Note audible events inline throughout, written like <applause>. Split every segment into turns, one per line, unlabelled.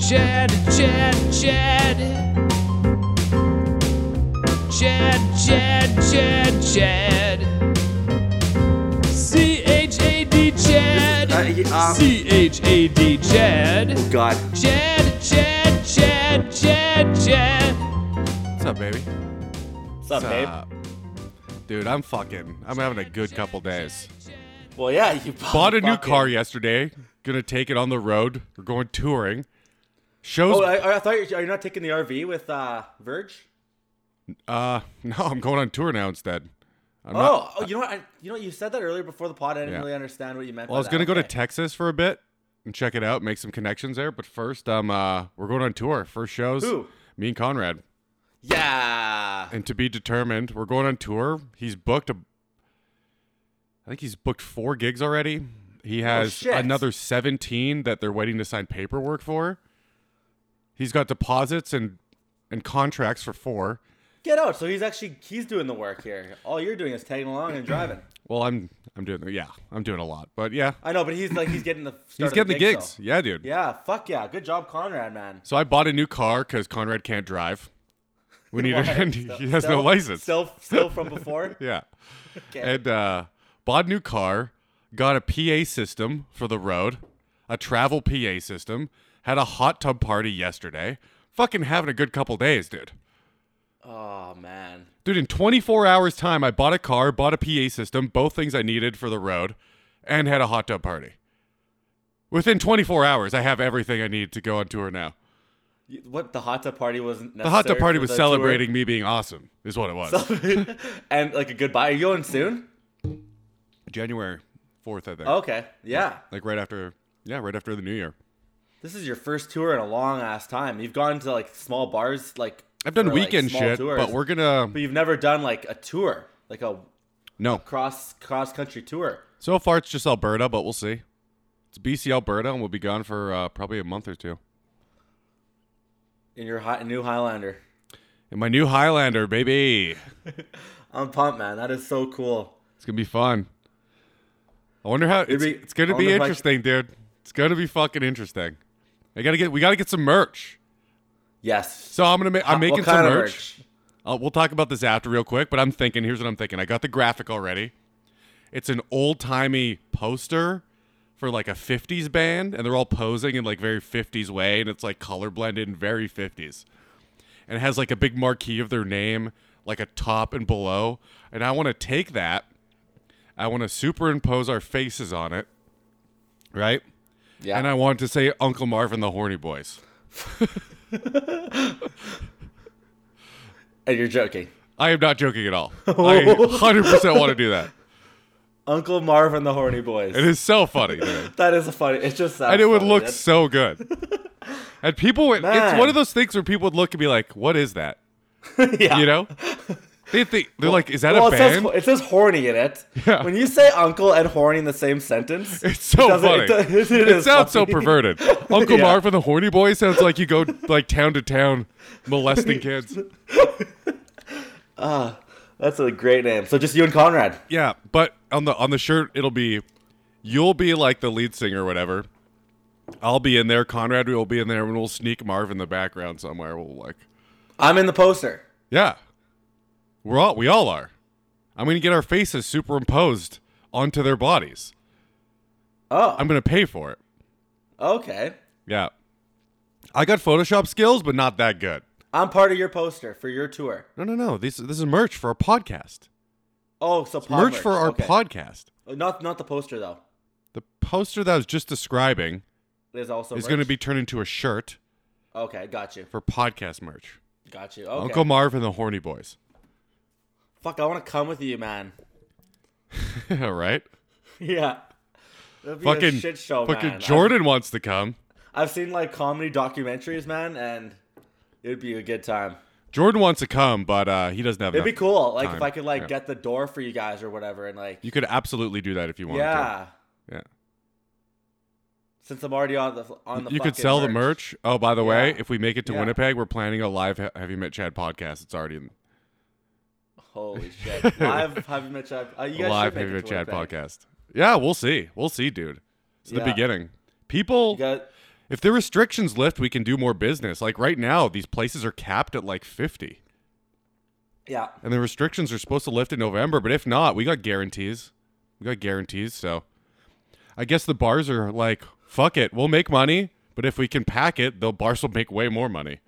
Chad, Chad, Chad. Chad, Chad, Chad, Chad. C H A D,
Uh,
Chad.
y- uh,
C H A D, Chad.
God.
Chad, Chad, Chad, Chad, Chad.
What's up, baby?
What's up, babe?
Dude, I'm fucking. I'm having a good couple days.
Well, yeah, you
<laughs> Bought a new
fucking-
car yesterday. Gonna take it on the road. We're going touring. Shows.
Oh, I, I thought you, are you not taking the RV with uh, Verge?
uh, <laughs> no, I'm going on tour now instead. I'm not-
Oh, oh, you know what? I, you know what? you said that earlier before the pod. I didn't
Yeah.
really understand what you meant.
Well, I was
by that.
gonna go
Oh,
to
Okay.
Texas for a bit and check it out, make some connections there. But first, um, uh, we're going on tour. First shows.
Who?
Me and Conrad.
yeah.
And to be determined, we're going on tour. He's booked a. I think he's booked four gigs already. He has
Oh, shit.
another 17 that they're waiting to sign paperwork for. He's got deposits and and contracts for four.
Get out. So he's actually he's doing the work here. All you're doing is tagging along and
<laughs>
driving.
Well, I'm I'm doing yeah, I'm doing a lot, but yeah,
I know, but he's like he's getting the start
he's
of
getting the,
gig,
gigs.
so-
Yeah, dude.
Yeah, fuck yeah. Good job, Conrad, man.
So I bought a new car because Conrad can't drive.
<laughs>
We need a, and <laughs> he has no
Still-
license.
Still, still
<laughs>
from before.
Yeah.
<laughs> Okay.
And uh, bought a new car, got a PA system for the road, a travel PA system, had a hot tub party yesterday. Fucking having a good couple days, dude.
Oh man.
Dude, in 24 hours' time, I bought a car, bought a PA system, both things I needed for the road, and had a hot tub party. Within 24 hours, I have everything I need to go on tour now.
You- What the hot tub party wasn't.
The hot tub
necessary
party
for
was
the tour.
celebrating me being awesome, is what it was.
<laughs> and like a goodbye. Are you going soon? Oh,
January 4th, I think.
Okay. Yeah.
Like right after, yeah, right after the new year.
This is your first tour in a long ass time. You've gone to like small bars, like
I've done
for, like,
weekend
small
shit,
tours,
but we're gonna
but you've never done like a tour, like a
no.
cross cross country tour.
So far, it's just Alberta, but we'll see. It's BC Alberta, and we'll be gone for uh, probably a month or two.
in your hot, new Highlander.
And my new Highlander, baby,
I'm pumped, man. That is so cool.
it's gonna be fun. I wonder how it's,
be-
it's gonna
I
be
wonder if I c-
interesting, dude. It's gonna be fucking interesting. I gotta get we gotta get some merch.
Yes.
So I'm gonna make I'm
What
making some
kind of
merch. Uh, we'll talk about this after real quick, but I'm thinking. Here's what I'm thinking. I got the graphic already. It's an old timey poster for like a 50s band, and they're all posing in like very 50s way, and it's like color blended and very 50s. And it has like a big marquee of their name, like a top and below. And I want to take that. I want to superimpose our faces on it, right?
Yeah.
And I want to say Uncle Marv and the Horny Boys.
And you're joking.
I am not joking at all. I 100% want to do that.
Uncle Marv and the Horny Boys.
It is so funny. dude.
that is a funny. It's just that.
and it would
funny.
look
That's-
so good. And people would, it's
Man.
one of those things where people would look and be like, what is that?
<laughs> yeah. <laughs>
You know? They think, they're like, is that
Well,
a
it says,
band?
it says horny in it.
Yeah.
When you say uncle and horny in the same sentence,
<laughs> It's so
doesn't-
funny.
it does- <laughs> it
It
is
sounds so
funny.
perverted. Uncle
Yeah.
Marv and the Horny Boy sounds like you go like town to town
<laughs>
molesting kids.
<laughs> that's a great name. So just you and Conrad.
Yeah, but on the on the shirt it'll be you'll be like the lead singer or whatever. I'll be in there, Conrad will be in there, and we'll sneak Marv in the background somewhere. We'll like
I'm in the poster.
Yeah. We're all we all are. I'm gonna get our faces superimposed onto their bodies.
Oh,
I'm gonna pay for it.
okay.
Yeah. I got Photoshop skills, but not that good.
I'm part of your poster for your tour.
No, no, no. This this is merch for our podcast.
Oh, so pod
Merch, for our
Okay. Uh,
podcast.
Not not the poster though.
The poster that I was just describing
There's also
is
merch.
going to be turned into a shirt
okay. Got you.
for podcast merch.
Got you. Okay.
Uncle Marv and the Horny Boys. <laughs>
Fuck, I want to come with you, man. <laughs>
all right.
yeah. That'd be
Fucking
a shit show,
fucking
man.
Jordan wants to come.
I've, I've seen like comedy documentaries, man, and it'd be a good time.
Jordan wants to come, but uh, he doesn't have.
It'd be
enough
cool, like
time.
if I could like
Yeah.
get the door for you guys or whatever, and like
You could absolutely do that if you wanted to.
yeah.
Yeah.
Since I'm already on the on the
you could
fucking
sell the merch. Oh, by the way,
Yeah.
if we make it to
Yeah.
Winnipeg, we're planning a live Ha- Have You Met Chad podcast. It's already in <laughs>
Holy shit! Live Have You Met Chad? Uh, you guys
a live
should make
Have
it
You Met
to
Chad
Winnipeg.
podcast. Yeah, we'll see. We'll see, dude. It's the
Yeah.
beginning.
You
People,
got-
If the restrictions lift, we can do more business. Like right now, these places are capped at like 50.
Yeah.
And the restrictions are supposed to lift in November, but if not, we got guarantees. We got guarantees, so I guess the bars are like, fuck it, we'll make money, but if we can pack it, the bars will make way more money.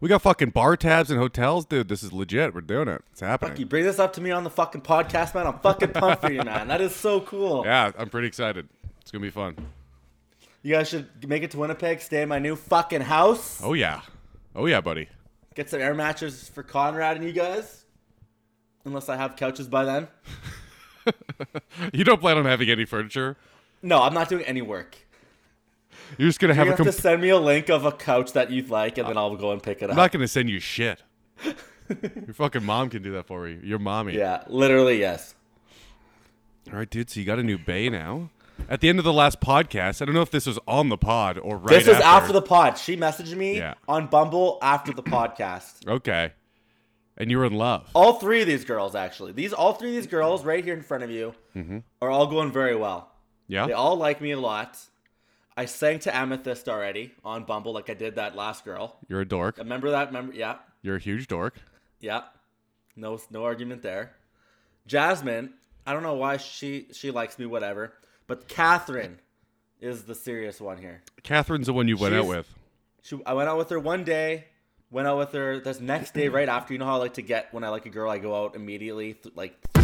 We got fucking bar tabs and hotels, dude. This is legit. We're doing it. It's happening.
Fuck, you bring this up to me on the fucking podcast, man. I'm fucking pumped for you, man. That is so cool.
Yeah, I'm pretty excited. It's gonna be fun.
You guys should make it to Winnipeg, stay in my new fucking house,
Oh yeah, oh yeah, buddy.
get some air mattresses for Conrad and you guys. Unless I have couches by then.
You don't plan on having any furniture.
No, I'm not doing any work.
You're just gonna have
You
a.
have
Comp-
to send me a link of a couch that you'd like, and then I'll go and pick it up.
I'm not gonna send you shit. Your fucking mom can do that for you. Your mommy.
yeah, literally, yes.
All right, dude. So you got a new bay now. At the end of the last podcast, I don't know if this was on the pod or right.
This was after the pod. She messaged me
Yeah.
on Bumble after the Oh, podcast.
Okay. And you were in love.
All three of these girls, actually, these all three of these girls right here in front of you, are all going very well.
Mm-hmm. Yeah.
They all like me a lot. I sang to Amethyst already on Bumble, like I did that last girl.
You're a dork.
Remember that? Remember? Yeah,
You're a huge dork.
yeah. No, no argument there. Jasmine, I don't know why she she likes me, whatever. But Catherine is the serious one here.
Catherine's the one you went out
She's-
with.
She, I went out with her one day. Went out with her this next <clears throat> day right after. You know how I like to get when I like a girl, I go out immediately. Th- like
I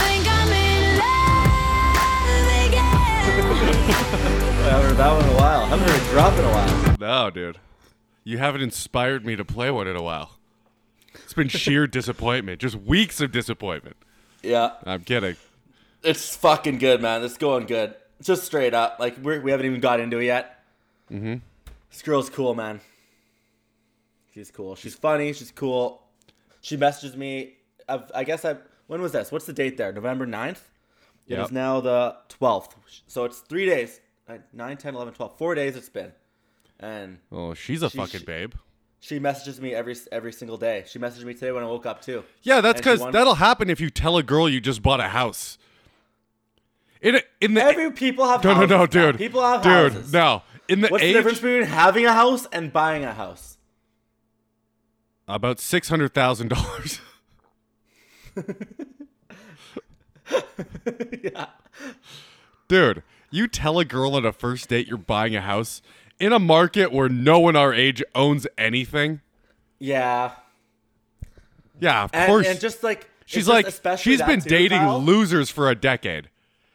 think I'm in love again.
I haven't heard that one in a while. I haven't heard it drop in a while.
No, dude. You haven't inspired me to play one in a while.
<laughs>
It's been sheer disappointment. Just weeks of disappointment.
Yeah,
I'm kidding.
it's fucking good, man. It's going good. Just straight up, like we're, we haven't even got into it yet. Mm-hmm. This girl's cool, man. She's cool. She's funny. She's cool. She messages me. I've, I guess I. When was this? What's the date there? November 9th? It
Yep.
is now the 12th. So it's three days. Uh, 9, 10, 11, 12. Four days it's been. And
Oh, she's a
She's-
fucking babe.
she messages me every every single day. She messaged me today when I woke up, too.
Yeah, that's
and she
because
won-
that'll happen if you tell a girl you just bought a house. In a, in the
Every people have
no no
houses
no
now.
dude
People have
dude
houses.
no in the
What's the
age
difference between having a house and buying a house?
about six hundred thousand dollars.
<laughs> yeah.
Dude, you tell a girl on a first date you're buying a house in a market where no one our age owns anything.
Yeah.
Yeah, of
And,
course.
and just like
she's
it's just
like,
especially
she's
that
been
too,
dating
Kyle.
losers for a decade,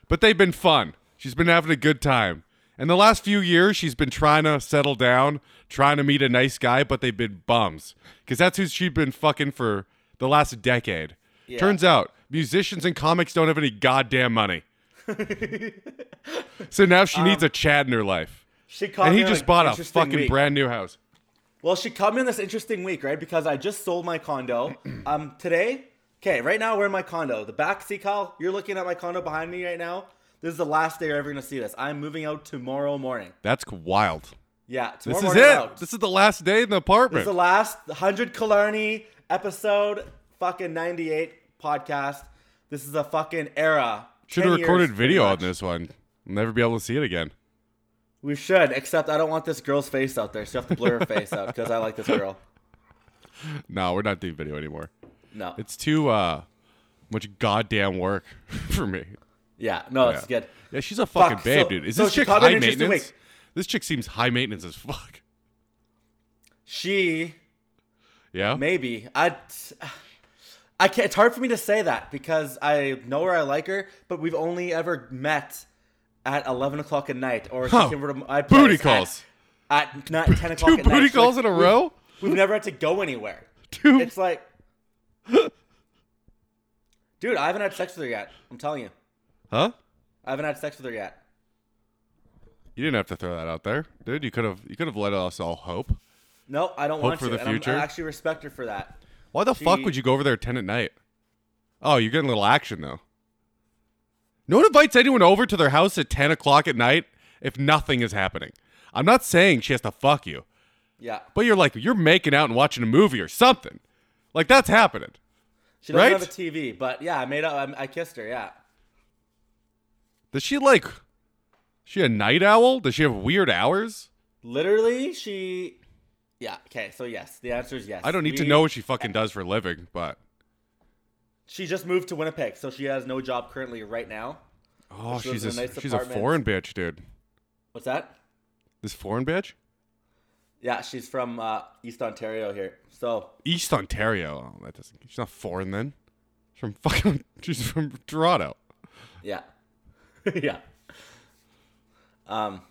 but they've been fun. She's been having a good time. And the last few years, she's been trying to settle down, trying to meet a nice guy, but they've been bums. Because that's who she's been fucking for the last decade.
Yeah.
Turns out, musicians and comics don't have any goddamn
<laughs>
money. so now she needs
Um,
a Chad in her life.
She called
And he
me on
just
an
bought a
interesting
fucking
week.
brand new house.
Well, she caught me in this interesting week, right? Because I just sold my
<clears throat>
condo. um, today, okay, right now we're in my condo. The back, see, Kyle, you're looking at my condo behind me right now. This is the last day you're ever gonna see this. I'm moving out tomorrow morning.
That's wild.
Yeah, tomorrow
This is
morning.
it.
I'm out.
This is the last day in the
This
apartment.
is the last 100 Killarney episode, fucking 98 podcast. This is a fucking era.
Should
10
have
years,
recorded
pretty
video on
much.
this one. I'll never be able to see it again.
We should, except I don't want this girl's face out there, so you have to blur her face out because I like this girl.
No, we're not doing video anymore.
No.
It's too uh much goddamn work <laughs> for me.
yeah, no, it's
Yeah.
good.
Yeah, she's a fucking
Fuck,
babe,
so-
dude. Is
so
this
she
chick
called me an
high
interesting
maintenance?
week.
This chick seems high maintenance as fuck.
She
Yeah.
Maybe I. I can't. It's hard for me to say that because I know her. I like her, but we've only ever met at eleven o'clock at night, or
Huh.
she came over to my place
Booty
at-
calls.
at, ni- ten o'clock.
Two
at
booty
night. So,
calls
like,
in a row?
We've never had to go anywhere.
Two
It's
<laughs>
like, dude, I haven't had sex with her yet. I'm telling you,
Huh?
I haven't had sex with her yet.
You didn't have to throw that out there. Dude, you could have you could have let us all hope.
No, I don't
Hope
want
for
to.
the
and I'm-
future.
I actually respect her for that.
Why the fuck
She-
would you go over there at 10 at night? Oh, you're getting a little action, though. No one invites anyone over to their house at 10 o'clock at night if nothing is happening. I'm not saying she has to fuck you,
Yeah,
but you're like, you're making out and watching a movie or something. Like, that's happening.
she doesn't
Right?
have a TV, but yeah, I made up. I, I kissed her. Yeah.
Does she, like, She a night owl? Does she have weird hours?
Literally, she. Yeah. Okay. So yes, the answer is yes.
I don't need to
We-
know what she fucking does for a living, but
She just moved to Winnipeg, so she has no job currently right now.
oh,
She lives
she's
in
a,
a nice
she's a
apartment.
foreign bitch, dude.
What's that?
This foreign bitch,
Yeah, she's from uh, East Ontario here. So
East Ontario. Oh, that doesn't. She's not foreign then. She's from fucking. <laughs> She's from Toronto.
yeah, <laughs> yeah. Um,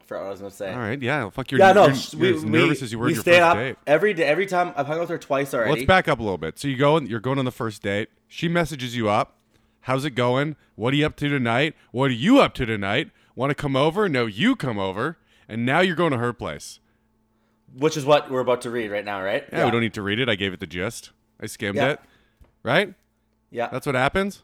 I forgot what I was gonna say.
All right, yeah. Fuck your.
Yeah, no,
you're,
sh-
you're
we,
as
we,
nervous as you were
we
in your
stay
first
up
date.
every day. Every time I've hung out with her twice already.
Let's back up a little bit. So you go and you're going on the first date. She messages you up. How's it going? What are you up to tonight? What are you up to tonight? Want to come over? No, you come over. And now you're going to her place.
which is what we're about to read right now, right?
Yeah, we don't need to read it. I gave it the gist. I skimmed
Yeah.
it. Right?
Yeah,
That's what happens.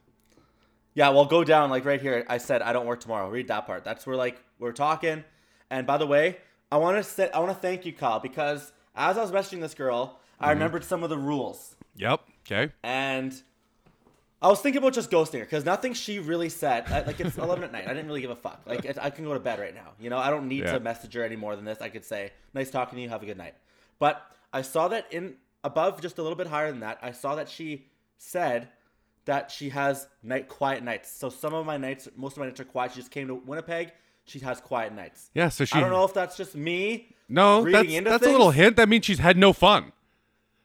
yeah. Well, go down like right here. I said I don't work tomorrow. Read that part. That's where like we're talking. And by the way, I want to say I want to thank you, Kyle, because as I was messaging this girl, I remembered some of the rules.
Yep. Okay.
and I was thinking about just ghosting her because nothing she really said. I, like it's eleven at night. I didn't really give a fuck. Like it, I can go to bed right now. You know, I don't need
Yeah.
to message her any more than this. I could say, "Nice talking to you. Have a good night." But I saw that in above, just a little bit higher than that. I saw that she said that she has night quiet nights. So some of my nights, most of my nights are quiet. She just came to Winnipeg. She has quiet nights.
Yeah. So she.
I don't know if that's just me.
no,
reading
that's
into
that's a little
things.
hint. That means she's had no fun.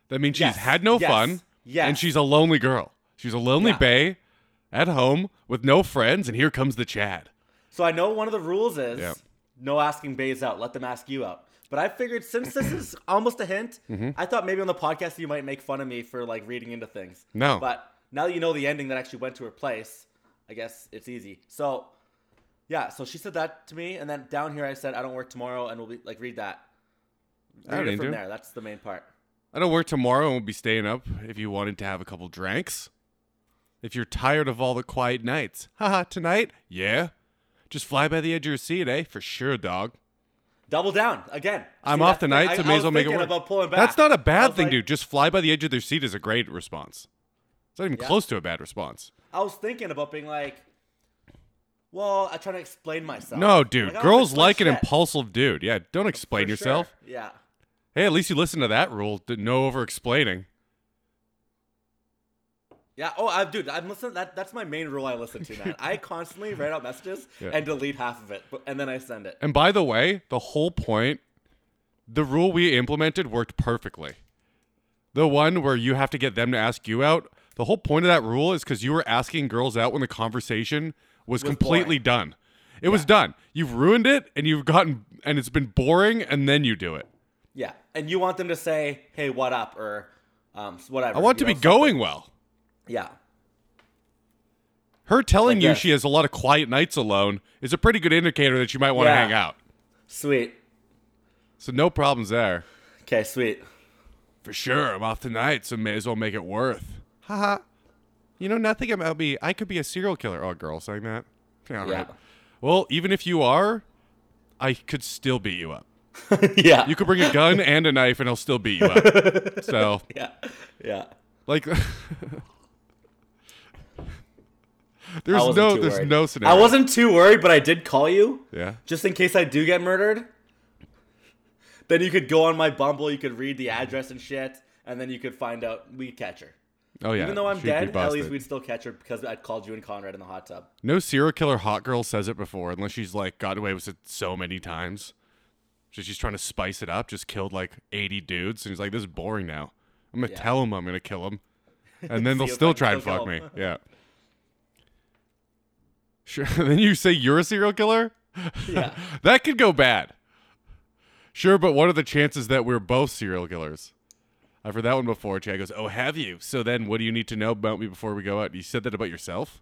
That means she's
Yes,
had no
yes,
fun.
yes.
And she's a lonely girl. She's a lonely
Yeah.
bay at home with no friends. And here comes the Chad.
So I know one of the rules is
Yeah.
no asking Bays out. Let them ask you out. But I figured since this
<clears throat>
is almost a hint,
Mm-hmm.
I thought maybe on the podcast you might make fun of me for like reading into things.
No.
But now that you know the ending that actually went to her place, I guess it's easy. So yeah, so she said that to me, and then down here I said I don't work tomorrow, and we'll be like read that.
I
Read
don't
it
need
from
to.
there. That's the main part.
I don't work tomorrow and will be staying up if you wanted to have a couple drinks. If you're tired of all the quiet nights. Haha, tonight? Yeah. Just fly by the edge of your seat, eh? For sure, dog.
Double down again.
I'm
See,
off
that's the-
tonight,
I-
so
I
may as
was
well make it
thinking
work.
about pulling back.
That's not a
I
bad
was
thing,
like-
dude. Just fly by the edge of their seat is a great response. It's not even close to a bad response.
I was thinking about being like, well, I try to explain myself.
No, dude.
Like, I don't
Girls
explain
like an
shit.
impulsive dude. Yeah, don't
For
explain
sure.
yourself.
Yeah.
Hey, at least you listen to that rule. D- No over explaining.
Yeah. Oh, I, dude, I'm listening. That that's my main rule. I listen to, man. I
<laughs>
constantly write out messages
Yeah.
and delete half of it, but, and then I send it.
And by the way, the whole point, the rule we implemented worked perfectly. The one where you have to get them to ask you out, the whole point of that rule is because you were asking girls out when the conversation was, completely
boring.
done. It was done. You've ruined it and you've gotten, and it's been boring, and then you do it.
Yeah. And you want them to say, "Hey, what up?" or um, whatever.
I want
you
to be
know,
going well.
so- Yeah.
Her telling
Like
you
this.
she has a lot of quiet nights alone is a pretty good indicator that you might want to
Yeah.
hang out.
Sweet.
So, no problems there.
Okay. Sweet. <laughs>
For sure, I'm off tonight, so may as well make it worth. Haha. You know nothing about me. I could be a serial killer. Oh, girl, saying that. Yeah, all
Yeah.
right. Well, even if you are, I could still beat you up.
yeah.
You could bring a gun and a knife, and I'll still beat you up. So,
<laughs> Yeah. Yeah.
like, <laughs>
I
there's
wasn't
no,
too
there's
worried.
no scenario.
I wasn't too worried, but I did call you.
Yeah.
just in case I do get murdered. Then you could go on my Bumble, you could read the address and shit, and then you could find out we catch her.
Oh yeah.
Even though I'm
she'd be
dead, at
busted.
least we'd still catch her because I called you and Conrad in the hot
<laughs>
tub.
No serial killer hot girl says it before, unless she's like gotten away with it so many times. So she's trying to spice it up. Just killed like eighty dudes, and he's like, "This is boring now. I'm gonna
Yeah.
tell him I'm gonna
<laughs>
kill him, and then they'll
See if I
still
can
try and
still
fuck
kill
me."
him.
Yeah. Sure. <laughs> then you say you're a serial killer.
Yeah.
That could go bad. Sure, but what are the chances that we're both serial killers? I've heard that one before. Chad goes, "Oh, have you? So then, what do you need to know about me before we go out? You said that about yourself.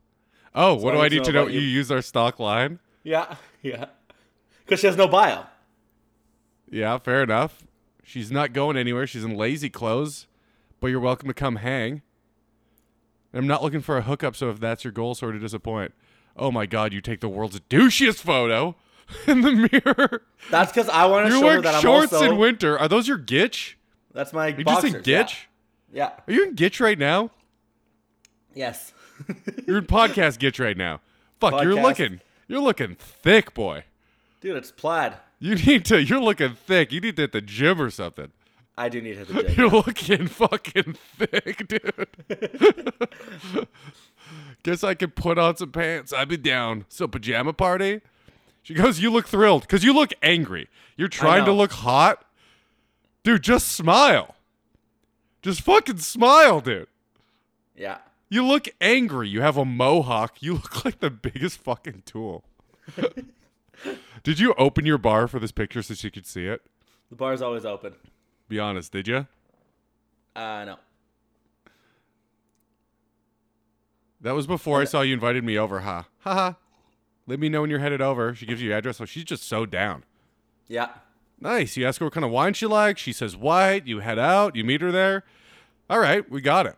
Oh,
I
what do I
need
need to know? You.
about you.
used our stock line.
yeah, yeah. Because she has no bio.
Yeah, fair enough. She's not going anywhere. She's in lazy clothes, but you're welcome to come hang. And I'm not looking for a hookup, so if that's your goal, sort of disappoint. Oh my God, you take the world's douchiest photo <laughs> in the mirror.
That's because I want to
You're
show her
wearing
that I'm
shorts
also.
in winter. Are those your gitch?
that's my
Are you
boxers.
just in gitch?
Yeah. yeah.
Are you in gitch right now?
Yes.
You're in podcast gitch right now. Fuck, you're
Podcast
looking. You're looking thick, boy.
<laughs> Dude, it's plaid.
You need to. You're looking thick. You need to hit the gym or something.
I do need to hit
<laughs>
the gym.
You're looking fucking thick, dude. <laughs> Guess I could put on some pants. I'd be down. So pajama party. She goes, "You look thrilled because you look angry. You're trying to
know.
look hot, dude. Just smile. Just fucking smile, dude.
Yeah.
You look angry. You have a mohawk. You look <laughs> like the biggest fucking tool." did you open your bar for this picture so she could see it?
The bar's always open.
Be honest, did you?
Uh, no.
That was before I saw you invited me over, huh? Ha ha. Let me know when you're headed over. She gives you your address. So she's just so down.
Yeah.
Nice. You ask her what kind of wine she likes. She says white. You head out. You meet her there. All right, we got it.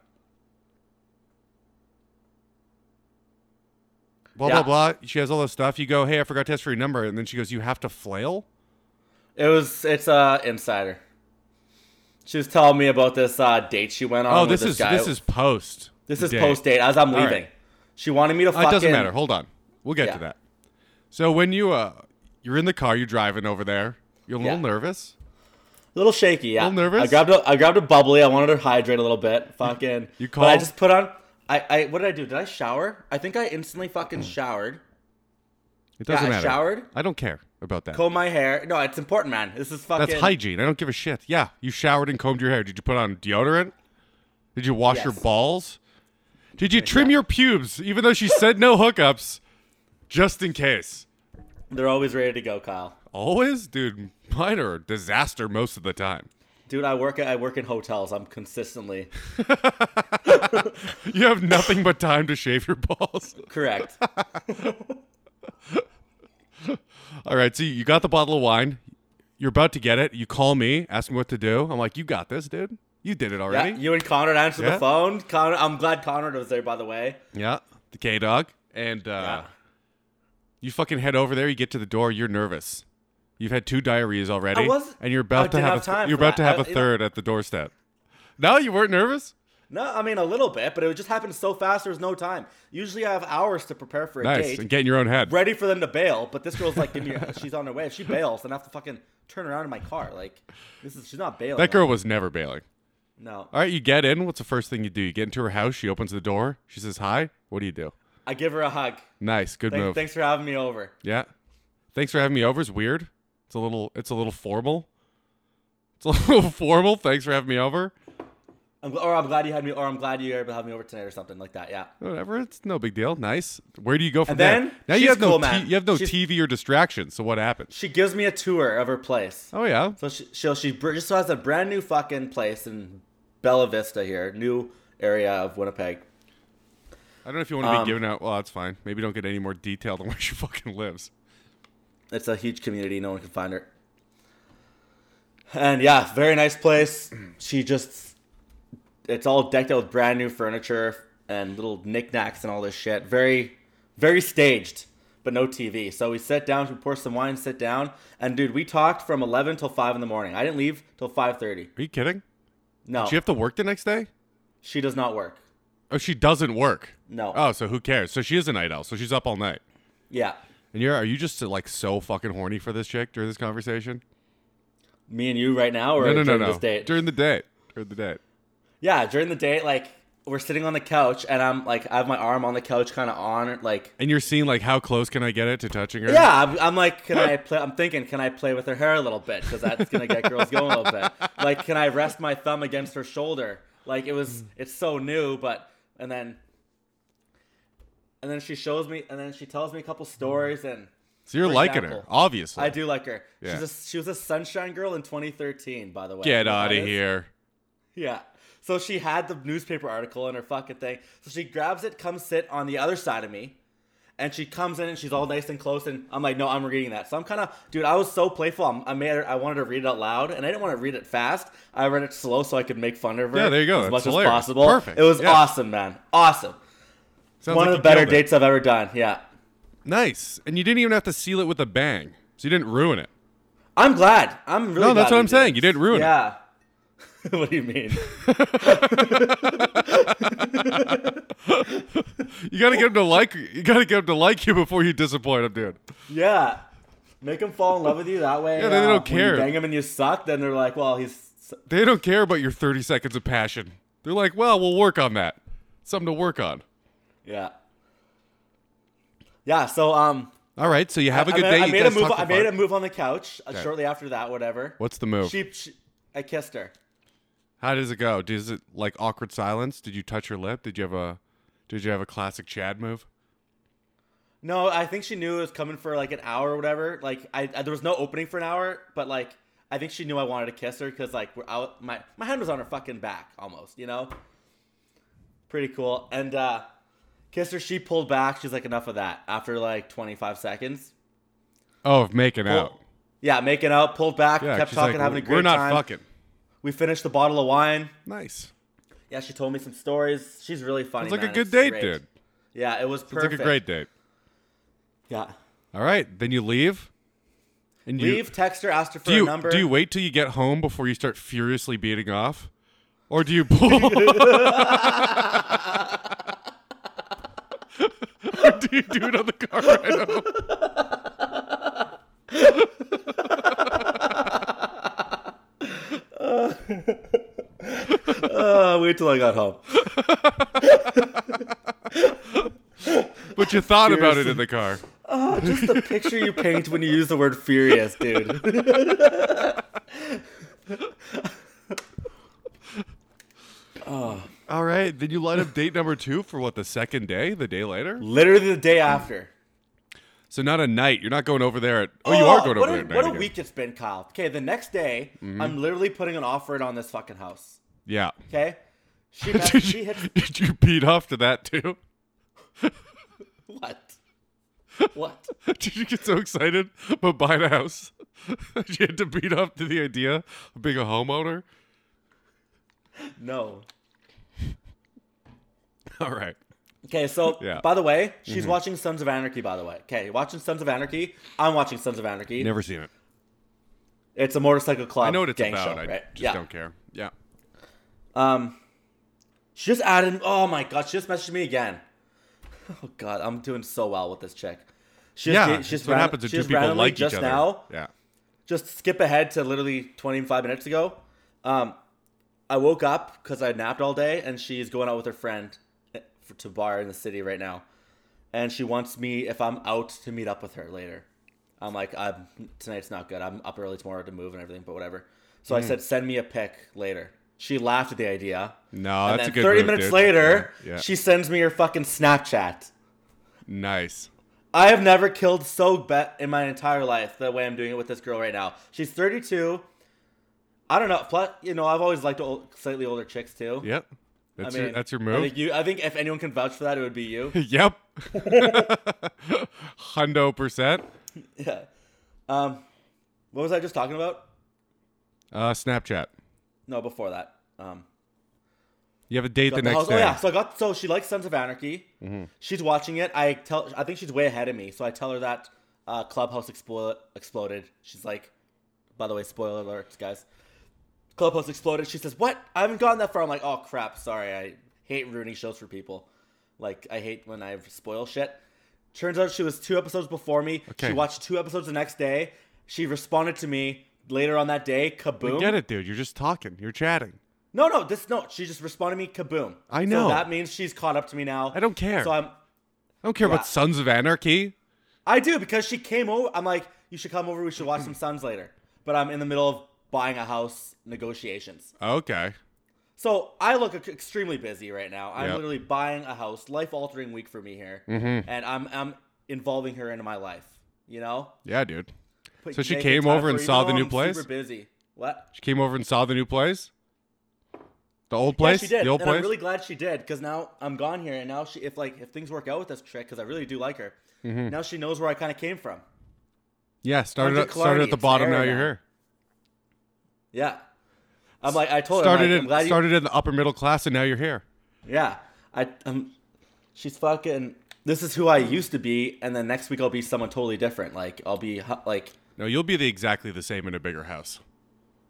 Blah
Yeah.
blah blah. She has all this stuff. You go, hey, I forgot to ask for your number, and then she goes, you have to flail.
It was, it's uh, Insider. She was telling me about this uh, date she went on.
Oh,
with
this,
this
is
guy.
this is post.
This is
date.
post date as I'm
All
leaving.
right.
She wanted me to
Uh,
fucking.
it doesn't matter. Hold on, we'll get
Yeah.
to that. So when you uh, you're in the car, you're driving over there. You're a little
Yeah.
nervous.
A little shaky. Yeah.
Little nervous?
I grabbed a, I grabbed a bubbly. I wanted to hydrate a little bit.
<laughs>
Fucking.
You
But I
called?
just put on. I, I what did I do? Did I shower? I think I instantly fucking
Mm.
showered.
It
Yeah,
doesn't
I
matter.
showered.
I don't care about that.
Comb my hair. No, it's important, man. This is fucking.
That's hygiene. I don't give a shit. Yeah, you showered and combed your hair. Did you put on deodorant? Did you wash your
Yes.
balls? Did you trim your pubes? Even though she said no hookups, just in case.
They're always ready to go, Kyle.
Always, dude. Mine are a disaster most of the time.
Dude, I work at, I work in hotels. I'm consistently
You have nothing but time to shave your balls. <laughs>
correct.
All right, so you got the bottle of wine. You're about to get it. You call me, ask me what to do. I'm like, you got this, dude. You did it
yeah,
already.
you and Conrad answered
Yeah.
the phone. Conrad, I'm glad Conrad was there, by the way.
Yeah, the K dog, and uh,
Yeah.
you fucking head over there. You get to the door. You're nervous. You've had two diarrheas already,
I was-
and you're
I
about to
didn't
have,
have
a th-
time
you're
for
about to
that.
have
I-
a
you know-
third at the doorstep. No, you weren't nervous.
No, I mean a little bit, but it just happened so fast. There was no time. Usually, I have hours to prepare for a
Nice,
date,
and get in your own head.
ready for them to bail. But this girl's like, give me your, she's on her way. If she bails, then I have to fucking turn around in my car. Like, this is she's not bailing.
That girl was never bailing.
No,
All right, you get in. What's the first thing you do? You get into her house. She opens the door. She says hi. What do you do?
I give her a hug.
Nice, good
Thank,
move.
thanks for having me over.
Yeah, thanks for having me over. It's weird. It's a little. It's a little formal. It's a <laughs> little formal. Thanks for having me over.
I'm, gl- or I'm glad you had me. Or I'm glad you were able to have me over tonight, or something like that. Yeah.
Whatever, it's no big deal. Nice. Where do you go from
And
there?
then,
now you
she's
have no
cool,
t-
man.
you have no
She's-
TV or distractions. So what happens?
She gives me a tour of her place.
Oh yeah,
So she she'll, she br- just has a brand new fucking place in Bella Vista here, new area of Winnipeg.
I don't know if you want to be
Um,
giving out. Well, that's fine. Maybe don't get any more detailed on <laughs> where she fucking lives.
it's a huge community. No one can find her. And yeah, very nice place. <clears throat> She just, it's all decked out with brand new furniture and little knickknacks and all this shit. Very, very staged, but no TV. So we sit down, we pour some wine, sit down, and dude, we talked from eleven till five in the morning. I didn't leave till five thirty.
Are you kidding?
No,
Do you have to work the next day?
she does not work.
Oh, she doesn't work.
No.
Oh, so who cares? So she is a night owl. So she's up all night.
Yeah,
And you're are you just like so fucking horny for this chick during this conversation?
me and you right now, or
No, no, no,
during
no.
this date?
During the date. During the date.
yeah, during the date, like we're sitting on the couch, and I'm like, I have my arm on the couch, kind of on, like
And you're seeing like how close can I get it to touching her? <laughs>
Yeah, I'm, I'm like, can I play? I'm thinking, can I play with her hair a little bit? Because that's gonna get girls going a little bit. Like, can I rest my thumb against her shoulder? Like, it was,
Hmm.
it's so new, but and then, and then she shows me, and then she tells me a
Hmm.
couple stories, and
So you're
For
liking her,
example,
obviously.
I do like her.
Yeah.
She's a, she was a sunshine girl in 2013, by the way. You
Get
know
out
that
of
is?
here.
Yeah. So she had the newspaper article in her fucking thing. So she grabs it, comes sit on the other side of me, and she comes in and she's all nice and close. And I'm like, no, I'm reading that. So I'm kind of, dude, I was so playful. I'm, I made her, I wanted to read it out loud, and I didn't want to read it fast. I read it slow so I could make fun of her.
Yeah, there you go.
As
That's
much
hilarious.
as possible.
Perfect.
It was
Yeah.
awesome, man. Awesome.
Sounds
One
like
of the
you
better
killed it.
dates I've ever done. Yeah.
Nice. And you didn't even have to seal it with a bang. So you didn't ruin it.
I'm glad. I'm really.
No, that's
glad
what
we
I'm
did
saying.
it.
You didn't ruin it.
yeah. <laughs> what do you mean?
You gotta get him to like. You gotta get him to like you before you disappoint him, dude.
Yeah. Make them fall in love with you that way.
Yeah, they
uh,
don't
when you
care.
bang them and you suck, then they're like, well, he's.
They don't care about your 30 seconds of passion. They're like, well, we'll work on that. Something to work on.
Yeah. Yeah, so um,
All right, so you have a
I
good
made-
day.
I
you
made a
guys
move.
talk
I
to
made
Bart.
a move on the couch uh, shortly after that. Whatever.
What's the move?
She, she, I kissed her.
How does it go? Does it like awkward silence? Did you touch your lip? Did you have a Did you have a classic Chad move?
No, I think she knew it was coming for like an hour or whatever. Like, I, I there was no opening for an hour, but like, I think she knew I wanted to kiss her because like we're out. My my hand was on her fucking back almost, you know. Pretty cool. And uh, kissed her. She pulled back. She's like, enough of that. After like 25 seconds.
Oh, of making out.
Yeah, making out, pulled back,
Yeah,
kept
she's
talking,
like,
having a great
We're not
time.
fucking.
We finished the bottle of wine.
Nice.
Yeah, she told me some stories. She's really funny.
It's like
man.
a good
It's
date,
great.
dude.
Yeah, it was
It's
perfect.
like a great date.
Yeah.
All right, then you leave. And you
Leave, text her, asked her for
do you
a number.
do you wait till you get home before you start furiously beating off, or do you pull? <laughs> or do you do it on the car ride home?
Uh, wait till I got home.
But you thought about it in the car.
Just the picture you paint when you use the word furious, dude.
All right, then you line up date number two for what the second day, the day later.
Literally the day after.
So not a night. You're not going over there. At, oh, you are going
what
over
a,
there. Mm-hmm. At night
What a
again.
week it's been, Kyle. Okay, the next day, I'm literally putting an offer in on this fucking house.
Yeah.
Okay?
<laughs>
She, met,
did,
she
you,
hits.
did you beat off to that too? <laughs>
What?
<laughs>
What?
Did you get so excited about buying a house? <laughs> you had to beat off to the idea of being a homeowner.
No.
<laughs> All right.
Okay, so
Yeah. Mm-hmm.
by the way, she's watching Sons of Anarchy. By the way, okay, watching Sons of Anarchy. I'm watching Sons of Anarchy.
Never seen it.
It's a motorcycle club.
I know what it's
gang
about.
Oh, Show,
I
right?
just
yeah.
don't care. Yeah.
Um, she just added. Oh my god, she just messaged me again. <laughs> Oh god, I'm doing so well with this chick. She just,
yeah.
she
That's
just
what
ran-
happens when
she
two
just
people
randomly
like each
just
other.
now.
Yeah.
Just skip ahead to literally 25 minutes ago. Um, I woke up because I napped all day, and she's going out with her friend eh, for- to bar in the city right now, and she wants me if I'm out to meet up with her later. I'm like, I'm, tonight's not good. I'm up early tomorrow to move and everything, but whatever. So
Hmm.
I said, send me a pic later. She laughed at the idea.
No,
and
Oh, that's
then
a good
30
move,
minutes
dude.
later,
Yeah, yeah.
she sends me her fucking Snapchat.
Nice.
I have never killed so bet in my entire life the way I'm doing it with this girl right now. She's 32. I don't know. Plus, you know, I've always liked old, slightly older chicks too.
Yep.
I
That's
mean,
your that's your
I
move.
think, you, I think if anyone can vouch for that, it would be
<laughs>
you.
yep. Hundo percent.
yeah. Um, what was I just talking about?
Uh, Snapchat.
No, before that. Um,
You have a date
got
the
the
next
house-
day. Mm-hmm.
Oh yeah. So I got. So she likes Sons of Anarchy. She's watching it. I tell. I think she's way ahead of me. So I tell her that uh, Clubhouse explo- exploded. She's like, by the way, spoiler alert, guys. Clubhouse exploded. She says, "What? I haven't gotten that far." I'm like, "Oh crap, sorry. I hate ruining shows for people. Like, I hate when I spoil shit." Turns out she was two episodes before me.
Okay.
She watched two episodes the next day. She responded to me later on that day. Kaboom!
Get it, dude. You're just talking. You're chatting.
No, no, this no. She just responded me, kaboom.
I
So
know.
that means she's caught up to me now.
I don't care.
So I'm,
I don't care
Yeah.
about Sons of Anarchy.
I do because she came over. I'm like, you should come over. We should watch some Suns later. But I'm in the middle of buying a house negotiations.
Okay.
So I look ex- extremely busy right now. I'm
Yep. Mm-hmm.
literally buying a house, life altering week for me here, and I'm I'm involving her into my life. You know.
Yeah, dude.
Put-
So she
making
came
time
over
for
and
her, even
saw the
though
new
I'm
place?
Super busy. What?
She came over and saw the new place. The old
Yeah,
place.
she did.
The old
and
place.
I'm really glad she did because now I'm gone here, and now she, if like if things work out with this trick, because I really do like her,
Mm-hmm.
now she knows where I kind of came from.
yeah. Started
to
at, started
Clarny,
at the
it's
bottom.
Aaron
Now you're
now.
here.
Yeah, I'm like I told
started
her. I'm
in
like, I'm glad
started in the upper middle class, and now you're here.
You, yeah, I um, she's fucking. This is who I used to be, and then next week I'll be someone totally different. Like I'll be hu- like
No, you'll be the exactly the same in a bigger house.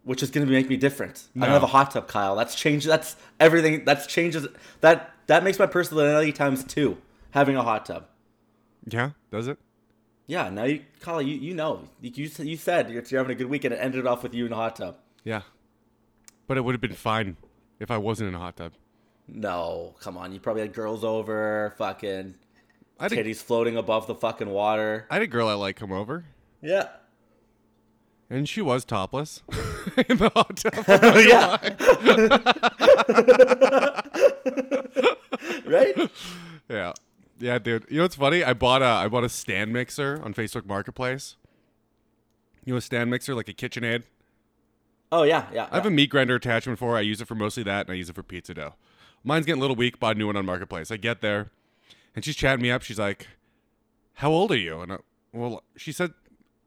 which is going to make me different. I
No.
don't have a hot tub, Kyle. That's changed. That's everything. That's changes. That that makes my personality times two. Having a hot tub.
Yeah, does it?
Yeah. Now, you, Kyle, you you know you you, s- you said you're, you're having a good weekend. It ended off with you in a hot tub.
Yeah. But it would have been fine if I wasn't in a hot tub.
No, come on. You probably had girls over. Fucking
I had, a,
titties floating above the fucking water.
I had a girl I like come over,
Yeah.
and she was topless <laughs> in the hot tub.
yeah.
<laughs>
right?
Yeah. Yeah, dude. You know what's funny? I bought a I bought a stand mixer on Facebook Marketplace. You know a stand mixer, like a KitchenAid?
Oh yeah, yeah.
I have a meat grinder attachment for it. I use it for mostly that and I use it for pizza dough. Mine's getting a little weak, bought a new one on Marketplace. I get there and she's chatting me up. She's like, How old are you? And I, well, she said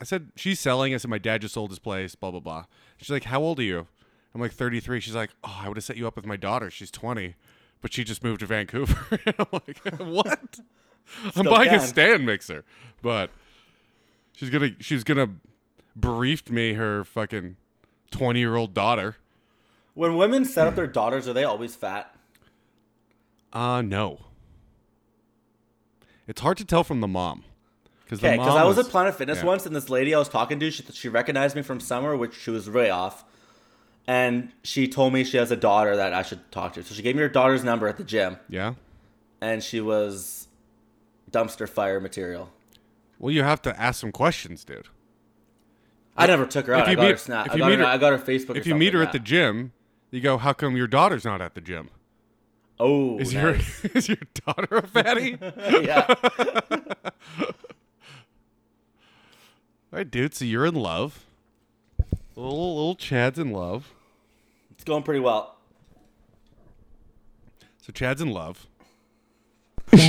I said she's selling. I said my dad just sold his place, blah blah blah. She's like, How old are you? I'm like 33. She's like, Oh, I would have set you up with my daughter. She's 20. But she just moved to Vancouver. <laughs> And I'm like, What? I'm
Still
buying a
can.
stand mixer. But she's gonna she's gonna briefed me her fucking 20 year old daughter.
when women set up their daughters, are they always fat?
Uh no. It's hard to tell from the mom. Because
Okay, because I was
was
at Planet Fitness
yeah.
once, and this lady I was talking to, she, she recognized me from somewhere, which she was really off, and she told me she has a daughter that I should talk to. So she gave me her daughter's number at the gym,
Yeah.
and she was dumpster fire material.
Well, you have to ask some questions, dude.
I never took her out.
you
I got
meet-
her snap.
if
I
you
got
meet
her,
her-
I got her Facebook. or
if you meet her
something,
at the
yeah.
gym, you go, "How come your daughter's not at the gym?
oh,
<laughs> Is
nice. <laughs>
your is your daughter a fatty?"
yeah.
All right, dude. So you're in love. Little little Chad's in love.
It's going pretty well.
So Chad's in love.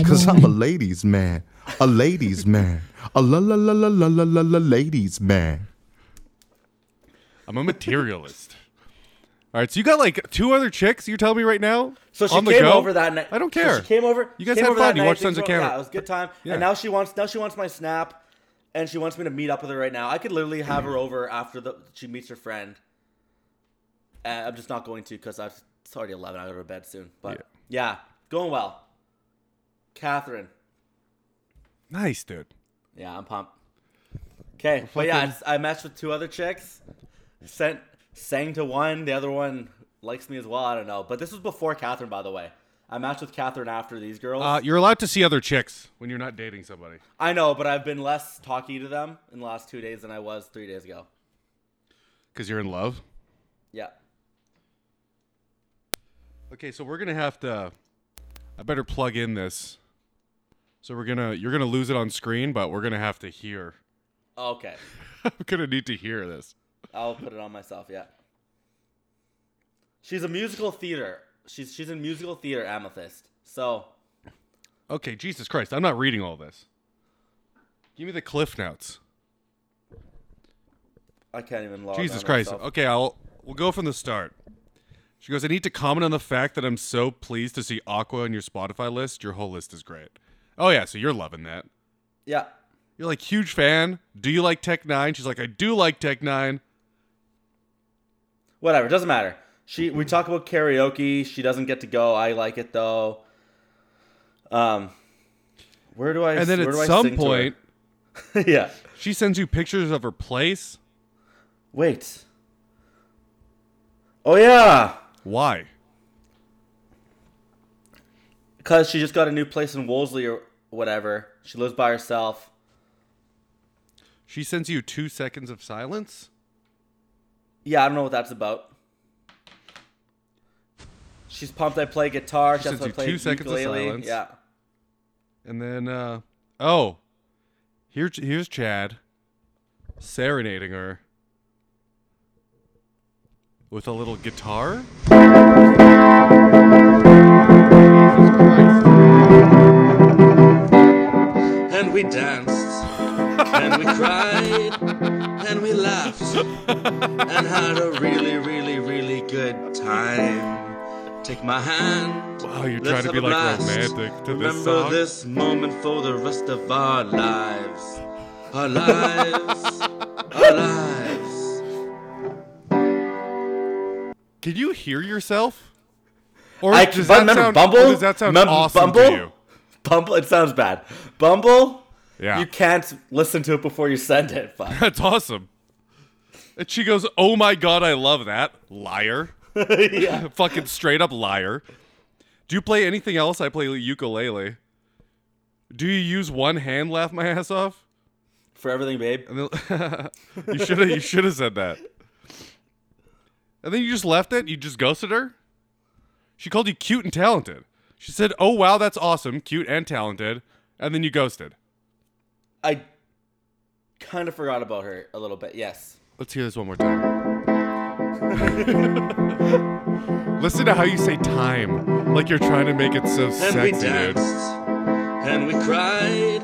Cause I'm a ladies man, a ladies man, a la la la la la la la la ladies man.
I'm a materialist. <laughs> All right, so you got like two other chicks. You're telling me right now?
So she
On the
came
go?
over that night.
I don't
so
care.
she came over.
You guys
came
had
over that
fun. You
night,
watched
things
Sons of
were-
Canada.
Yeah, it was a good time.
Yeah.
And now she wants. Now she wants my snap, and she wants me to meet up with her right now. I could literally have her over after the she meets her friend. Uh, I'm just not going to because it's already 11. I go to bed soon. But yeah, going well. Catherine.
Nice, dude.
Yeah, I'm pumped. Okay, but yeah, it's- I matched with two other chicks. Sent sang to one, the other one likes me as well. I don't know, but this was before Catherine, by the way. I matched with Catherine after these girls.
Uh, you're allowed to see other chicks when you're not dating somebody.
I know, but I've been less talky to them in the last two days than I was three days ago.
Because you're in love?
Yeah,
Okay, so we're gonna have to I better plug in this. So we're gonna you're gonna lose it on screen, but we're gonna have to hear. <laughs>
okay,
I'm gonna need to hear this.
I'll put it on myself. Yeah, she's a musical theater. She's she's in musical theater, Amethyst. So
Okay, Jesus Christ, I'm not reading all this. Give me the cliff notes.
I can't even log.
Jesus
on
Christ.
myself.
Okay, I'll we'll go from the start. She goes, I need to comment on the fact that I'm so pleased to see Aqua in your Spotify list. Your whole list is great. Oh yeah, so you're loving that.
Yeah,
You're like huge fan. Do you like Tech Nine? She's like, I do like Tech Nine.
whatever doesn't matter she we talk about karaoke she doesn't get to go i like it though um where do i
And then
where
at
do I
some
sing to her? <laughs>
point,
yeah
She sends you pictures of her place.
wait oh yeah
Why?
because she just got a new place in wolseley or whatever she lives by herself
She sends you two seconds of silence.
yeah i don't know what that's about she's pumped i play guitar she,
sends
also
you
play
two seconds of
ukulele.
silence.
yeah
And then, uh, oh, here, here's Chad serenading her with a little guitar. Jesus Christ.
and we danced, and we cried, and we laughed, and had a really, really, really good time. Take my hand.
Wow, you're
Let's
trying to
have
be
a
like
blast.
romantic to this
Remember
song.
this moment for the rest of our lives. Our lives. our lives.
Did you hear yourself? Or
I can, but remember
sound,
Bumble.
or does that sound
Remember
awesome
Bumble?
to you?
Bumble. It sounds bad. Bumble.
Yeah.
You can't listen to it before you send it. But
That's awesome. And she goes, "Oh my god, I love that liar,
yeah.
<laughs> fucking straight up liar." Do you play anything else? I play ukulele. Do you use one hand? Laugh my ass off.
For everything, babe.
And then, <laughs> you should have. You should have said that. And then you just left it. You just ghosted her. She called you cute and talented. She said, "Oh wow, that's awesome, cute and talented," and then you ghosted.
I kind of forgot about her a little bit. Yes.
Let's hear this one more time. <laughs> Listen to how you say time, like you're trying to make it so
and
sexy,
we
dude.
danced, and we cried,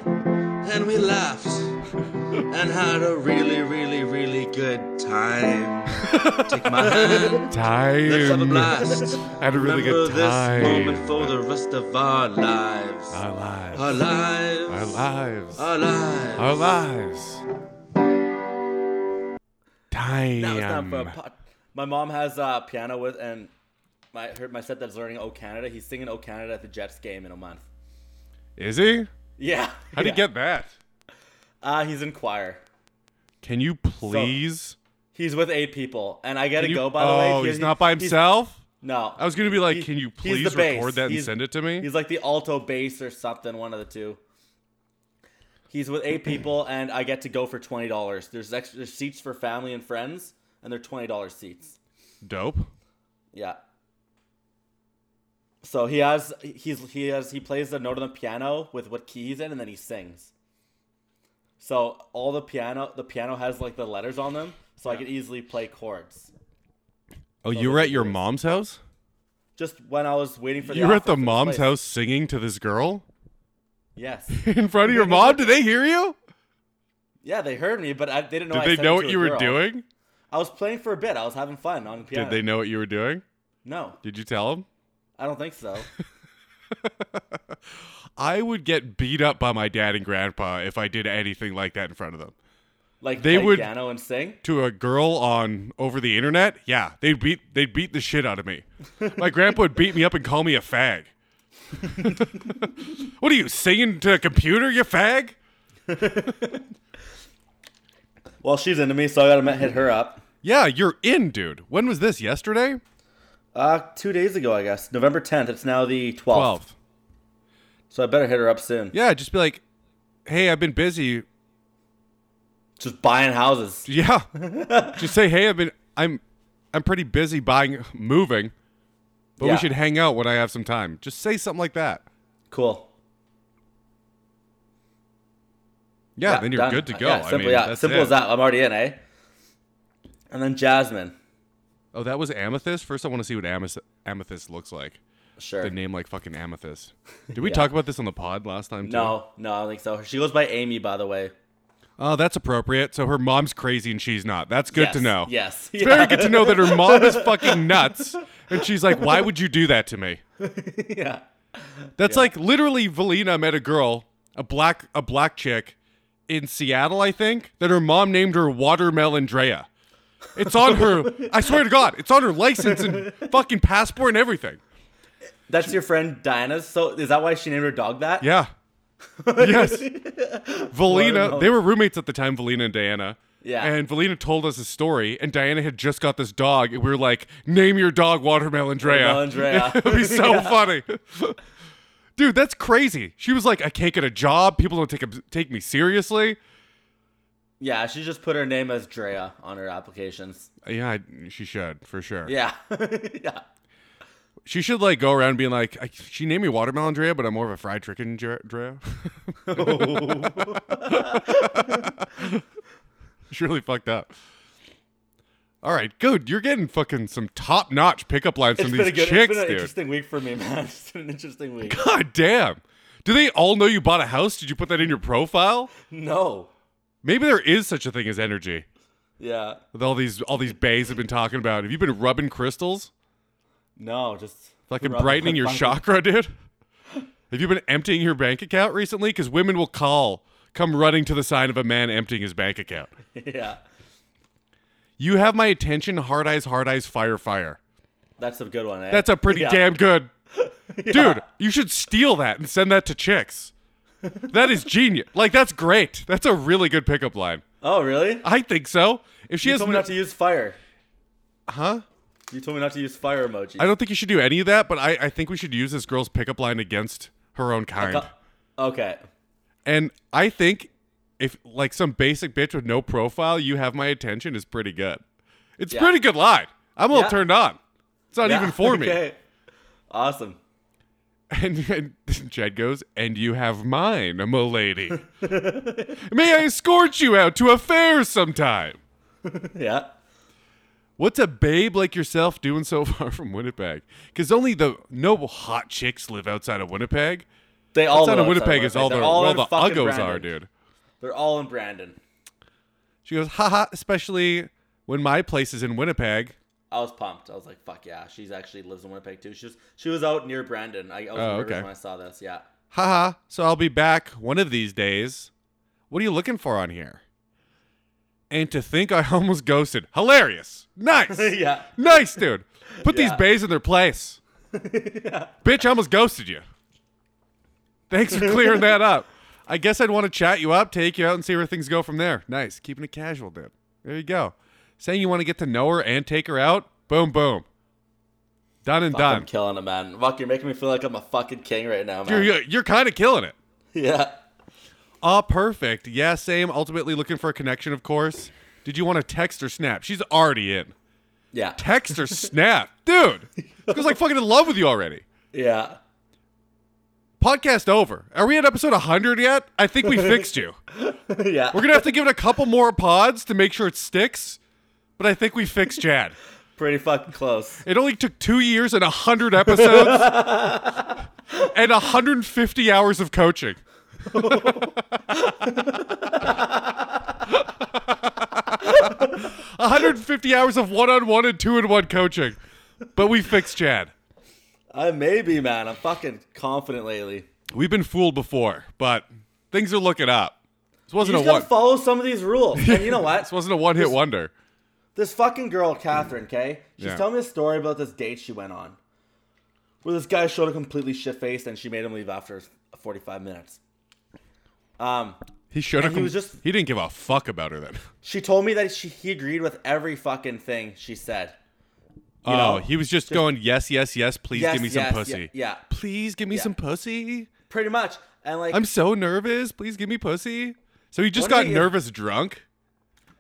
and we
<laughs>
laughed, and had a really, really, really good
<laughs>
time. Take my hand, let's have a
Time.
blast.
Had a really
Remember
good
this moment
time.
for the rest of our lives.
Our lives.
Our lives.
Our Oh, lives.
Our lives.
Our lives. Time.
That was not for a pot. My mom has uh, piano with, and my her, my stepdad's learning "O Canada." He's singing "O Canada" at the Jets game in a month.
Is he?
Yeah.
How do
yeah.
you get that?
Uh, he's in choir.
Can you please?
He's with eight people, and I gotta
Can you-
go. By the way,
oh,
He-
he's not by himself.
No,
I was gonna be like,
He-
can you
he's the
please
bass.
record that and
He's-
send it to me?
He's like the alto bass or something, one of the two. He's with eight people, and I get to go for twenty dollars. There's extra there's seats for family and friends, and they're twenty dollars seats.
Dope. Oh,
Yeah. So he has he's he has he plays the note on the piano with what key he's in, and then he sings. So all the piano the piano has like the letters on them, so I could easily play chords.
Oh, you were at your mom's house.
Just when I was waiting for the
You were at
offer
the
for this
mom's
place.
house singing to this girl.
Yes.
<laughs> in front of your mom? Did they hear you?
Yeah, they heard me, but I, they didn't know.
Did
I
they
said
know
it
what
to a
you were
girl.
doing?
I was playing for a bit. I was having fun on the piano.
Did they know what you were doing?
No,
Did you tell them?
I don't think
<laughs>
so.
I would get beat up by my dad and grandpa if I did anything like that in front of them.
Like
They
they play
would-
piano and sing.
To a girl on over the internet, yeah, they'd beat they'd beat the shit out
<laughs>
of me. My grandpa would beat me up and call me a fag. <laughs> what are you singing to a computer, you fag?
Well, she's into me, so I gotta hit her up.
Yeah, you're in, dude. When was this? Yesterday?
Uh, two days ago, I guess. November 10th. It's now the 12th.
Twelve.
So I better hit her up soon.
Yeah, just be like, hey, I've been busy.
Just buying houses.
Yeah. Just say, hey, I've been I'm I'm pretty busy buying moving, but
Yeah.
we should hang out when I have some time. Just say something like that.
Cool.
Yeah, then you're
done.
good to
Uh,
go.
Yeah, simple,
I mean,
yeah,
that's
simple
it.
as that. I'm already in, eh? And then Jasmine.
Oh, that was amethyst. First, I want to see what ameth- amethyst looks like.
Sure.
The name like fucking amethyst.
<laughs>
Did we talk about this on the pod last time? Too?
No, no, I don't think so. She goes by Amy, by the way.
Oh, that's appropriate. So her mom's crazy and she's not. That's good to
Yes,
know.
Yes. <laughs>
It's very good to know that her mom is fucking nuts, and she's like, "Why would you do that to me?"
yeah.
That's like literally Valina met a girl, a black a black chick in Seattle, I think, that her mom named her Watermelon Drea. It's
<laughs>
on her I swear to God, it's on her license and fucking passport and everything.
That's your friend Diana's. So is that why she named her dog that? <laughs>
Yeah. Yes. Valina,
Watermelon.
they were roommates at the time, Valina and Diana.
Yeah.
And Valina told us a story, and Diana had just got this dog, and we were like, name your dog Watermelon Drea.
Watermelon Drea.
<laughs> it would be
<laughs>
so funny. Dude, that's crazy. She was like, I can't get a job. People don't take, a, take me seriously.
Yeah, she just put her name as Drea on her applications.
Yeah, I, she should, for sure.
Yeah. <laughs> yeah.
She should like go around being like, I, she named me Watermelon Drea, but I'm more of a fried chicken Dre- Drea.
Oh.
<laughs> It's really fucked up. All right, good. You're getting fucking some top notch pickup lines
It's
from
been
these
a good, it's
chicks,
been an
dude.
interesting week for me, man. <laughs> It's been an interesting week.
God damn. Do they all know you bought a house? Did you put that in your profile?
No.
Maybe there is such a thing as energy.
Yeah.
With all these all these bays have been talking about. Have you been rubbing crystals?
No, just
Fucking
rubbing
brightening
the
your
fucking-
chakra, dude? Have you been emptying your bank account recently? Because women will call, come running to the sign of a man emptying his bank account.
<laughs> Yeah.
You have my attention, hard eyes, hard eyes, fire, fire.
That's a good one. eh?
That's a pretty
Yeah.
damn good.
<laughs> Yeah.
Dude, you should steal that and send that to chicks. That is genius. Like that's great. That's a really good pickup line.
Oh, really?
I think so. If she
You
has
told me
no-
not to use fire.
huh?
You told me not to use fire emoji.
I don't think you should do any of that, but I, I think we should use this girl's pickup line against her own kind.
uh, Okay.
And I think if like some basic bitch with no profile, you have my attention is pretty good. It's
Yeah.
pretty good line. I'm a little
Yeah.
turned on. It's not
Yeah,
even for
<laughs>
me.
okay. Awesome.
And, <laughs> and Jed goes, and you have mine, milady. <laughs> May I escort you out to affairs sometime?
Yeah.
What's a babe like yourself doing so <laughs> far from Winnipeg? Because only the noble hot chicks live outside of Winnipeg.
They all
Outside
live
of Winnipeg is all the,
They're
all
in
the
fucking
uggos
Brandon.
are, dude.
They're all in Brandon.
She goes, haha, especially when my place is in Winnipeg.
I was pumped. I was like, "Fuck yeah!" She's actually lives in Winnipeg too. She was she was out near Brandon. I, I was
Oh,
nervous
okay.
when I saw this. Yeah. <laughs>
Haha, so I'll be back one of these days. What are you looking for on here? And to think I <laughs> almost ghosted. Hilarious.
<laughs>
Nice.
yeah.
Nice, dude. Put these
Yeah.
bays in their place. Bitch, I almost ghosted you. Thanks for clearing that up. I guess I'd want to chat you up, take you out, and see where things go from there. Nice. Keeping it casual, dude. There you go. Saying you want to get to know her and take her out. Boom, boom. Done and
Fuck, I'm
done.
killing it, man. Fuck, you're making me feel like I'm a fucking king right now,
You're,
man.
you're, you're kind of killing it.
<laughs> yeah.
Ah, perfect. Yeah, same. Ultimately looking for a connection, of course. Did you want to text or snap? She's already in.
Yeah.
Text or snap? <laughs> Dude. Because like fucking in love with you already.
Yeah.
Podcast over. Are we at episode 100 yet? I think we fixed you.
<laughs> yeah.
We're going to have to give it a couple more pods to make sure it sticks, but I think we fixed Chad.
Pretty fucking close.
It only took two years and 100 episodes
<laughs>
and 150 hours of coaching. <laughs> hundred and fifty hours of one on one and two in one coaching. But we fixed Chad.
I may be, man. I'm fucking confident lately.
We've been fooled before, but things are looking up. This
You
wasn't a
just gotta
one
follow some of these rules. And you know what?
<laughs> this wasn't a one hit wonder.
this fucking girl, Catherine, okay? She's
Mm. Yeah.
telling me a story about this date she went on. Where this guy showed her completely shit faced and she made him leave after 45 minutes. Um,
He showed
And
up.
he was just-
he didn't give a fuck about her then.
she told me that she, he agreed with every fucking thing she said. <laughs> You
oh,
know,
he was just, going yes, yes, yes. Please
Yes,
give me
yes,
some pussy.
Yeah, yeah,
Please give me some pussy.
pretty much. And like,
I'm so nervous. Please give me pussy. So he just
What
got
did he-
nervous drunk.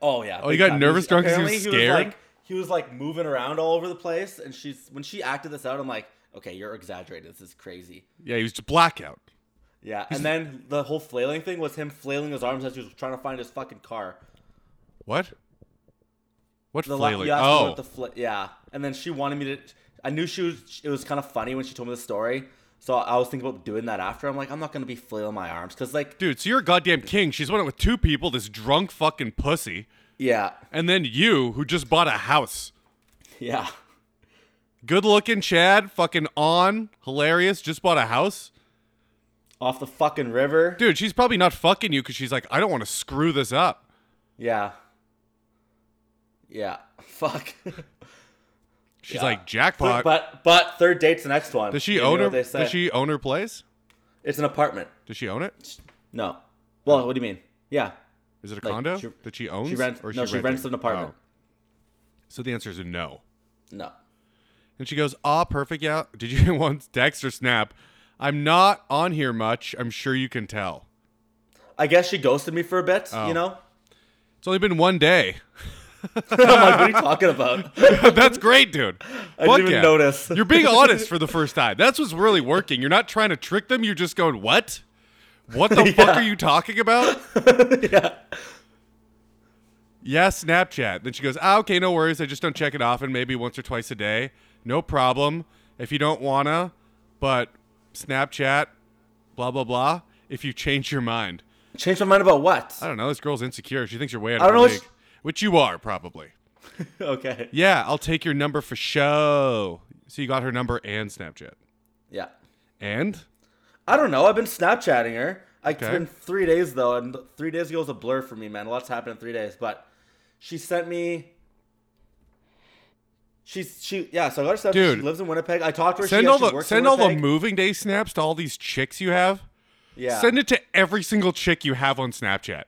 Oh yeah.
Oh, he
big
got
time.
nervous
was-
drunk 'cause he
apparently
was
He
scared?
was, like, he was like moving around all over the place, and she's when she acted this out, I'm like, okay, you're exaggerating. This is crazy.
Yeah, he was just blackout.
Yeah. And then the whole flailing thing was him flailing his arms as he was trying to find his fucking car.
What? What
The la-
flailing?
you asked me
oh,
what the fla- yeah. And then she wanted me to. I knew she was. It was kind of funny when she told me the story. So I was thinking about doing that after. I'm like, I'm not gonna be flailing my arms because like,
dude. So you're a goddamn king. She's went out with two people. This drunk fucking pussy,
yeah,
and then you, who just bought a house.
yeah,
Good looking Chad, fucking on, hilarious. Just bought a house,
off the fucking river.
dude. She's probably not fucking you because she's like, I don't want to screw this up.
Yeah. Yeah. Fuck.
She's
Yeah.
like
<laughs>
jackpot.
but but third date's the next one.
does she
You know
own
what
her?
they say.
Does she own her place?
It's an apartment.
Does she own it?
No. Well, what do you mean? Yeah.
Is it a
Like,
condo
she-
that she owns?
She rents.
or
no, she
rented?
rents an apartment.
Oh. So the answer is no.
No.
And she goes, "Ah, perfect. Yeah. Did you <laughs> want text or snap? I'm not on here much. I'm sure you can tell.
I guess she ghosted me for a bit.
Oh.
You know.
It's only been one day.
I'm like, what are you talking
<laughs>
about?
That's great, dude.
I
Fuck
didn't even
yeah.
notice.
You're
<laughs>
being honest for the first time. That's what's really working. You're not trying to trick them. You're just going, what?
<laughs>
What the fuck
Yeah.
are you
<laughs>
talking about? yeah. Snapchat. Then she goes, ah, okay, no worries. I just don't check it often, maybe once or twice a day. No problem. If you don't wanna, but Snapchat, blah, blah, blah. If you change your mind.
Changed my mind about what?
<laughs> I don't know. This girl's insecure. She thinks you're way out
I don't
of her
know what
league.
she-
Which you are, probably.
Okay.
Yeah, I'll take your number for show. So you got her number and Snapchat.
Yeah.
And
I don't know. I've been Snapchatting her. I, It's
Okay.
been three days though, and three days ago was a blur for me, man. A lot's happened in three days, but she sent me She's she yeah. So I got her stuff.
Dude.
she lives in Winnipeg. I talked to her.
Send
she
all
actually
the
works
send
in
all the
Winnipeg.
moving day snaps to all these chicks you have.
Yeah.
Send it to every single chick you have on Snapchat.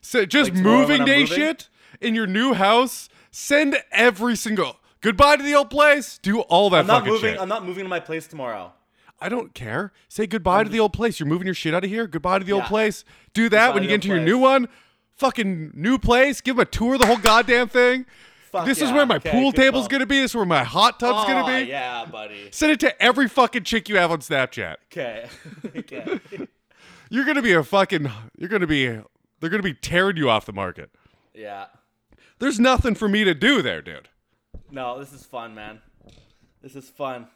So just
Like tomorrow when
moving
I'm
day
moving?
shit in your new house. Send every single goodbye to the old place. Do all that
I'm not
fucking
moving.
shit.
I'm not moving to my place tomorrow.
I don't care. Say goodbye to the old place. You're moving your shit out of here. Goodbye to the old
Yeah.
place. Do that
Goodbye
when
to the
you get into
old
your new
place.
one. Fucking new place. Give them a tour of the whole goddamn thing.
Fuck
this is
yeah.
where my
Okay,
pool
good
table's
call.
gonna be. This is where my hot tub's gonna
Aw,
be.
Yeah,
<laughs>
buddy.
Send it to every fucking chick you have on Snapchat.
Okay. <laughs> okay.
You're gonna be a fucking. You're gonna be. They're gonna be tearing you off the market.
Yeah.
There's nothing for me to do there, dude.
No, this is fun, man. This is fun.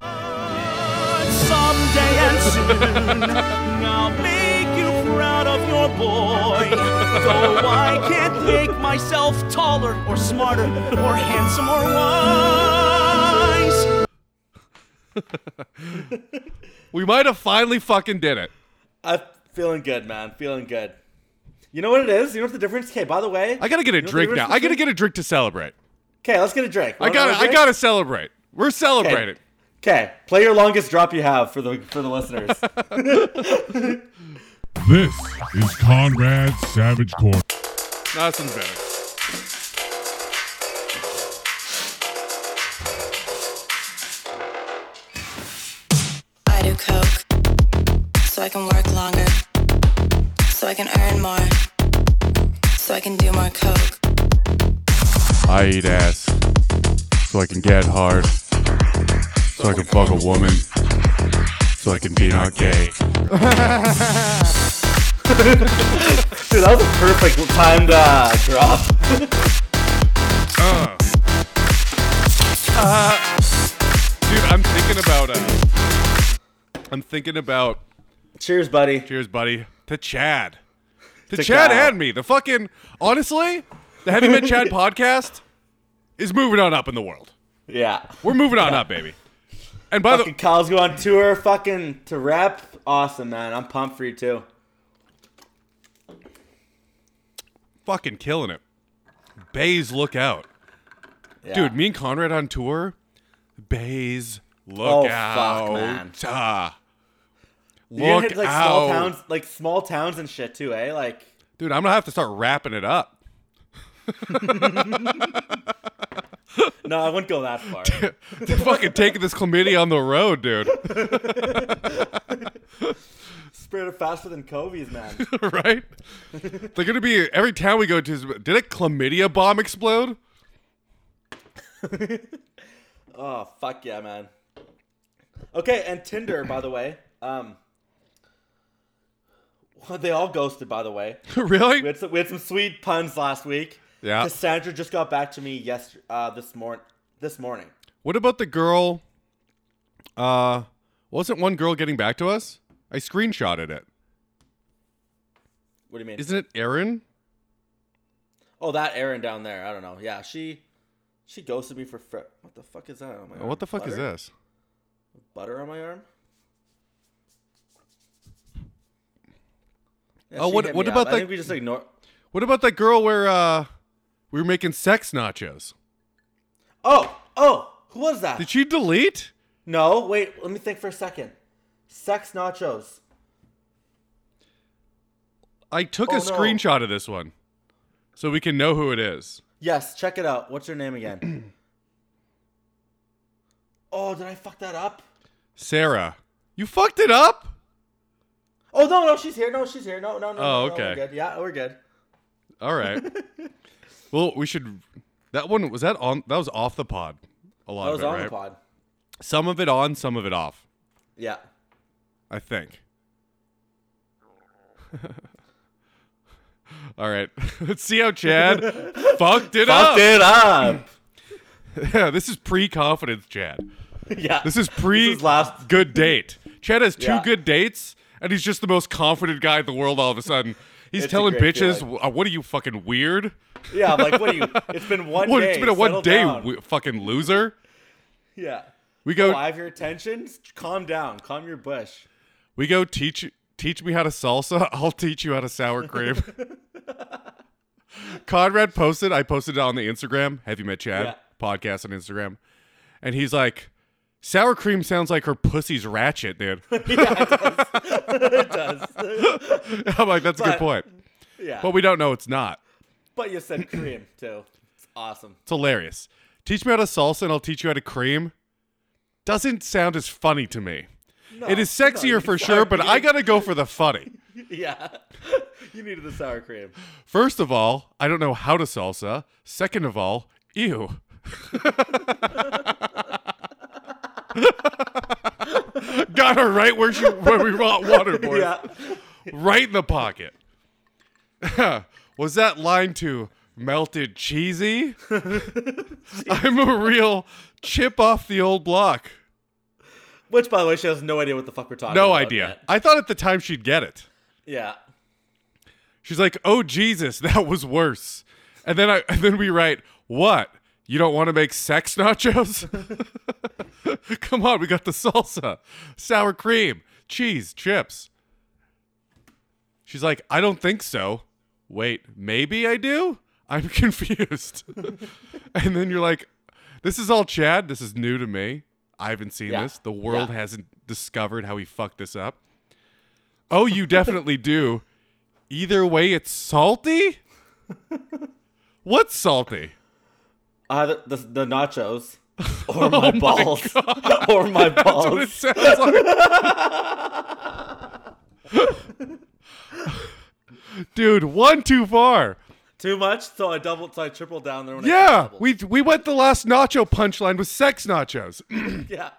Someday and soon, I'll make you proud of your boy. Though I can't make myself taller or smarter or handsome or wise.
We might have finally fucking did it.
I'm feeling good, man. Feeling good. You know what it is? You know what the difference? Okay, by the way,
I gotta get a
know what the
drink now.
difference
I gotta
is?
get a drink to celebrate.
Okay, let's get a drink.
I gotta. I gotta celebrate. We're celebrating.
Okay, play your longest drop you have for the for the
<laughs>
listeners.
This is Conrad's Savage Corner.
Nothing's better.
I do coke so I can work longer, so I can earn more, so I can do more coke.
I eat ass so I can get hard, so I can fuck a woman, so I can be not gay.
Dude, that was a perfect timed uh, drop.
Uh. Dude, I'm thinking about. Uh, I'm thinking about.
Cheers, buddy.
Cheers, buddy. To Chad. To,
To
Chad
Kyle.
and me. The fucking honestly, the Heavy Met Chad podcast is moving on up in the world.
Yeah.
We're moving on up, baby. And by
Fucking Kyle's going on tour, fucking to rap. Awesome, man. I'm pumped for you too.
the fucking killing it. Bays look out.
Yeah.
Dude, me and Conrad on tour. Bays
Oh,
look
fuck,
out.
man.
Ah.
You're gonna
Look
hit like
out.
small towns, like small towns and shit too, eh? Like,
Dude, I'm gonna have to start wrapping it up. <laughs>
no, I wouldn't go that
<laughs>
far.
fucking taking this chlamydia on the road, dude. <laughs>
Spread it faster than Kobe's, man.
right? They're gonna be every town we go to. is- Did a chlamydia bomb explode? <laughs>
Oh fuck yeah, man. Okay, and Tinder, by the way. Um, <laughs> well, they all ghosted, by the way.
really?
We had some, we had some sweet puns last week.
Yeah.
Cassandra just got back to me yesterday, uh, this morning. This morning.
What about the girl? Uh, wasn't one girl getting back to us? I screenshotted it.
What do you mean?
Isn't it Erin?
oh, that Erin down there. I don't know. Yeah, she she ghosted me for fr- what the fuck is that on my arm?
What the fuck is
Butter?
this?
Butter on my arm. Yeah,
Oh,
she
what-
hit
what
me
about
up.
that-
I think we just ignore.
What about that girl where uh we were making sex nachos?
Oh, oh, who was that?
Did she delete?
No, wait, let me think for a second. Sex nachos.
I took
Oh,
a
no.
screenshot of this one, so we can know who it is.
Yes, check it out. What's her name
<clears throat>
again? oh, did I fuck that up?
Sarah, you fucked it up.
Oh no, no, she's here. No, she's here. No, no, no. no,
Oh,
no,
okay.
we're good. Yeah, we're good.
All
<laughs>
right. well, we should. That one was that on. That was off the pod. A lot
That was
of it,
on
right?
the pod.
Some of it on, some of it off.
Yeah.
I think. <laughs> All right. <laughs> Let's see
<laughs>
how Chad fucked it up.
it up.
Yeah, <laughs> this is pre-confidence, Chad.
<laughs> yeah.
This is
<laughs>
pre
This is last-
<laughs> good date. Chad has two
Yeah.
good dates, and he's just the most confident guy in the world. All of a sudden, he's
It's a
telling
great
bitches,
feeling.
"Uh, "What are you fucking weird?
yeah, I'm like, what are
<laughs>
you? It's been one
What?
day.
It's been a one
settle
day,
down.
w- fucking loser."
yeah.
We go.
Oh, I have your attention. Calm down. Calm your bush.
We go teach teach me how to salsa. <laughs> I'll teach you how to
<laughs>
sour cream. Conrad posted. I posted it on the Instagram. Have you met Chad?
Yeah.
podcast on Instagram, and he's like, "Sour cream sounds like her pussy's ratchet,
<laughs>
dude."
it does. <laughs>
<laughs> I'm like, "That's a good
But-
point,"
Yeah.
but we don't know it's not.
But you
<clears throat>
said cream too. It's awesome. <laughs>
It's hilarious. Teach me how to salsa, and I'll teach you how to cream. Doesn't sound as funny to me. it is
no,
sexier
you-
for sure, but I gotta go for the funny.
Yeah. <laughs> you needed the sour cream.
First of all, I don't know how to salsa. Second of all, ew. <laughs> Got her right where she where we want waterboard.
Yeah.
Right in the pocket. <laughs> Was that line to melted cheesy? <laughs> I'm a real chip off the old block.
Which, by the way, she has no idea what the fuck we're talking
No
about.
idea.
yet.
I thought at the time she'd get it.
Yeah.
She's like, "Oh Jesus, <laughs> that was worse." And then I <laughs> and then we write, "What? You don't want to make sex nachos? <laughs> Come on, we got the salsa, sour cream, cheese, chips." She's like, "I don't think so." Wait, maybe I do? I'm <laughs> confused. and then you're like, "This is all Chad. This is new to me. I haven't seen
Yeah.
this. The world
Yeah.
hasn't discovered how he fucked this up." Oh, you definitely do. Either way, it's
<laughs>
salty. What's salty?
Either Uh, the, the
<laughs>
nachos or my balls. <laughs> or my
Oh That's what it
balls.
sounds like. <laughs> Dude, one too far.
Too much, so I doubled, so I tripled down there when I
Yeah,
tripled.
we we went the last nacho punchline with sex nachos,
Yeah.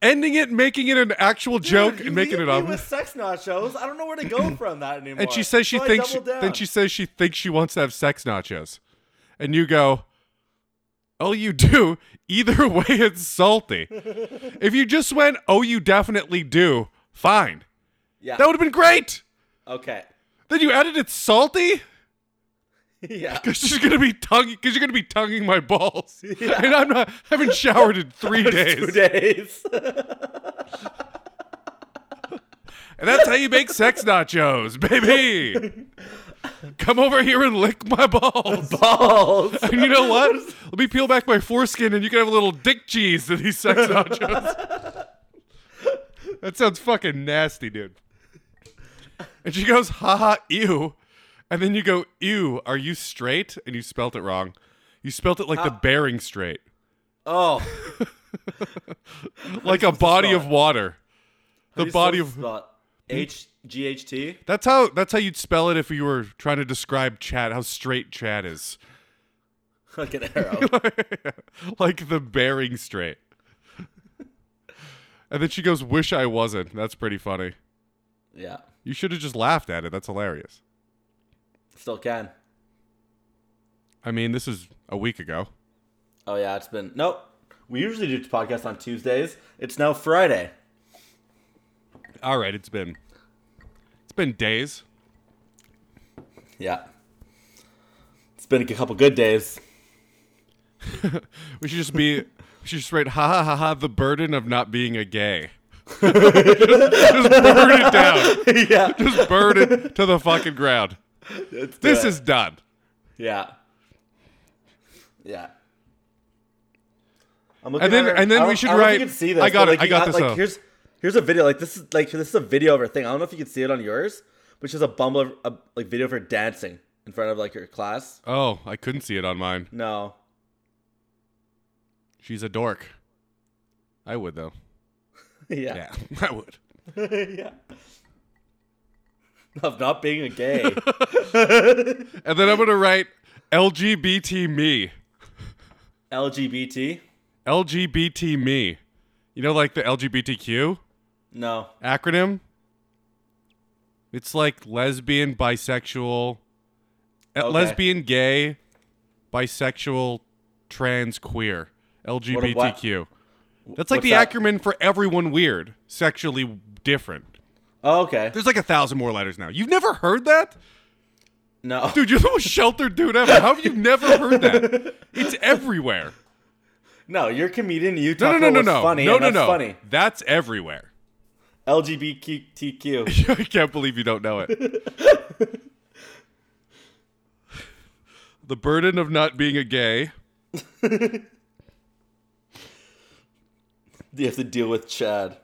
ending it, making it an actual joke,
Dude, you
and making
leave me
it up.
with sex nachos. I don't know where to
<laughs>
go from that anymore.
And she says she
So I
thinks she,
doubled down.
then she says she thinks she wants to have sex nachos. And you go, "Oh, you do. Either <laughs> way it's salty." if you just went, "Oh, you definitely do." Fine.
yeah.
That would have been great.
Okay. <laughs>
Then you added it's salty <laughs>
Yeah.
cuz she's going to be tonguing cuz you're going to be tonguing my <laughs> balls. And I'm not haven't showered in <laughs> 3
Two
days. <laughs>
days. <laughs>
And that's how you make sex nachos, <laughs> baby. Come over here and lick my <laughs> balls.
balls.
And you know what? Let me peel back my foreskin and you can have a little dick cheese to these sex nachos. <laughs> that sounds fucking nasty, dude. And she goes, haha, ew. And then you go, ew, are you straight? And you spelt it wrong. You spelt it like the Bering Strait,
Oh,
like a body of
spell
water. The
He's
body
so
of
smart. H G H T. <laughs>
that's how that's how you'd spell it if you were trying to describe Chad, how straight Chad is, <laughs>
Like an arrow.
like the Bering Strait. and then she goes, "Wish I wasn't." That's pretty funny.
yeah.
You should have just laughed at it. That's hilarious.
Still can.
I mean, this is a week ago.
Oh yeah, it's been nope. We usually do podcasts on Tuesdays. It's now Friday.
All right, it's been it's been days.
Yeah. It's been a couple good
<laughs>
days.
We should just be we should just write ha ha ha ha the burden of not being a gay. <laughs> just, just burn it down.
yeah.
Just burn it to the fucking ground.
Let's do
This
it.
is done.
yeah. Yeah. I'm looking
And then-
at her-
and then
I don't-
we should
I don't know if
write-
you can see this,
I got
but,
it,
like,
I
you
got this
Like
up.
here's here's a video. Like this is like this is a video of her thing. I don't know if you can see it on yours, but she has a bumble of a, like video of her dancing in front of like her class.
Oh, I couldn't see it on mine.
No. <laughs>
She's a dork. I would though.
Yeah.
Yeah, <laughs> I would.
<laughs> yeah. Of not being a gay.
And then I'm gonna write LGBT me.
LGBT?
LGBT me. You know, like the LGBTQ
No.
acronym. It's like lesbian, bisexual, e-
Okay.
lesbian, gay, bisexual, trans, queer, LGBTQ. That's like
what's
the
that?
acronym for everyone weird, sexually different.
Oh, okay.
There's like a thousand more letters now. You've never heard that?
No. <laughs>
Dude, you're the most sheltered dude ever. How have you never heard that? It's everywhere.
No, you're a comedian. You
No,
talk
no, no, no,
about
no.
what's funny.
no,
and
no,
that's
no.
funny.
That's everywhere.
LGBTQ.
<laughs> I can't believe you don't know it. the burden of not being a gay.
<laughs> You have to deal with Chad.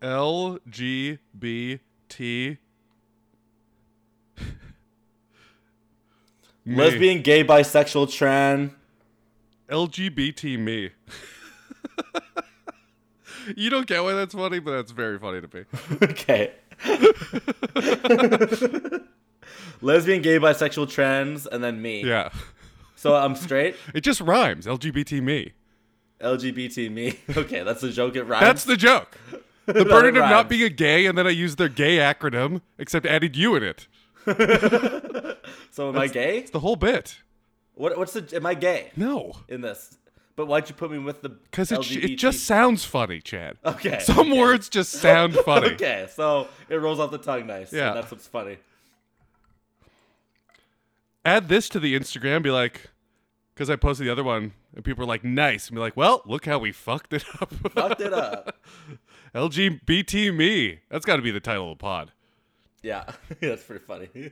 L G B T. Me.
Lesbian, gay, bisexual, trans.
LGBT me. <laughs> you don't get why that's funny, but that's very funny to me.
<laughs>
<laughs>
Okay. Lesbian, gay, bisexual, trans, and then me.
Yeah.
So I'm straight.
It just rhymes. LGBT me.
LGBT me. <laughs> Okay, that's a joke. It rhymes.
That's the joke.
<laughs>
The burden of
rhymes.
not being a gay, and then I used their gay acronym, except added you in it.
so am I gay?
It's the whole bit.
What, what's the? Am I gay
No.
in this? But why'd you put me with the?
Because it, j-
LGBT?
it just sounds funny, Chad.
Okay,
Some
okay.
words
<laughs>
just sound funny.
Okay, so it rolls off the tongue nice.
Yeah.
and that's what's funny.
Add this to the Instagram, be like, because I posted the other one, and people are like, nice. And be like, well, look how we fucked it up. <laughs>
Fucked it up.
LGBT me. That's got to be the title of the pod.
Yeah, <laughs> that's pretty funny. <laughs>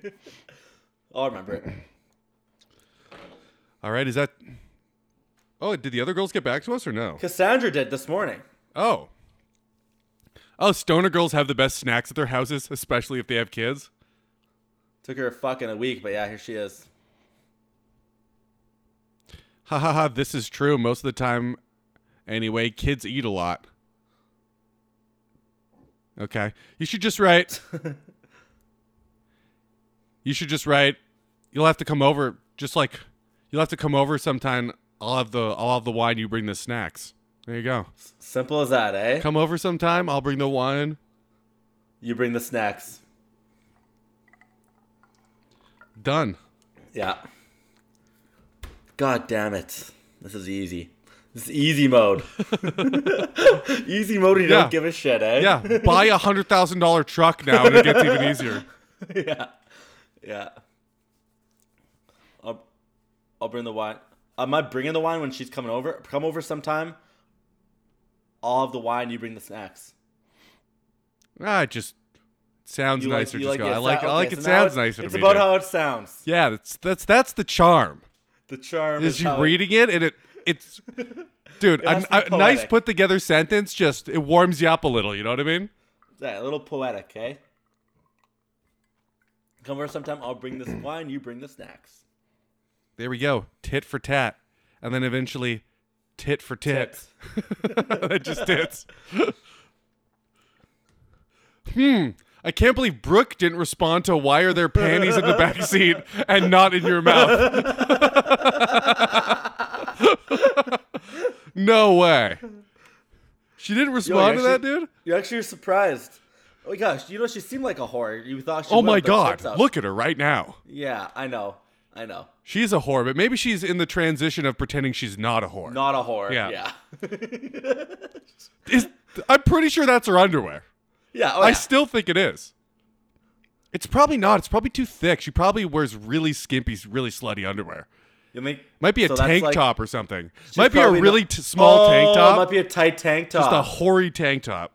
I'll remember it.
All right, is that. Oh, did the other girls get back to us or no?
Cassandra did this morning.
Oh. Oh, stoner girls have the best snacks at their houses, especially if they have kids.
Took her fucking a week, but yeah, here she is.
Ha ha ha, this is true. Most of the time, anyway, kids eat a lot. Okay. You should
<laughs>
just write. you should just write. You'll have to come over, just like. You'll have to come over sometime. I'll have the I'll have the wine. You bring the snacks. There you go.
Simple as that, eh?
Come over sometime. I'll bring the wine.
You bring the snacks.
Done.
Yeah. God damn it. This is easy. This is easy
<laughs>
mode. <laughs> easy mode, you
Yeah.
don't give a shit, eh?
Yeah, buy a hundred thousand dollar truck now, and it gets even
<laughs>
easier.
yeah. Yeah. I'll, I'll bring the wine. Am I bringing the wine when she's coming over? Come over sometime. I'll have the wine, you bring the snacks.
Ah, it just sounds
You
nicer. just go.
it
I like.
sou-
I like.
okay,
it
so now
sounds
it's-
nicer.
It's
to me,
about
dude.
how it sounds.
Yeah, that's that's that's the charm.
The charm
Is
is,
you
how it-
reading it and it
<laughs>
it's, dude,
has
a,
to be
a nice
poetic.
put together sentence. Just it warms you up a little. You know what I mean?
Yeah, a little poetic, eh? Come over sometime. I'll bring
<clears throat>
this wine. You bring the snacks.
There we go. Tit for tat, and then eventually, tit for tit.
Tits.
that just tits. hmm. I can't believe Brooke didn't respond to why are there panties in the back seat and not in your mouth. <laughs> no way. She didn't respond to
actually-
that, dude.
You actually were surprised. Oh my gosh! You know she seemed like a whore. You thought she.
Oh
would
my
with her
god.
tits out.
Look at her right now.
Yeah, I know. I know.
She's a whore, but maybe she's in the transition of pretending she's not a whore.
Not a whore.
Yeah.
Yeah. Yeah. <laughs>
Is- I'm pretty sure that's her underwear.
yeah. Oh,
I
yeah.
still think it is. It's probably not. It's probably too thick. She probably wears really skimpy, really slutty underwear.
You mean,
Might be a
so that's
tank
like-
top or something.
she's
Might be a
probably not-
really t- small
Oh,
tank
It
top.
might be a tight tank top.
just a hoary tank top.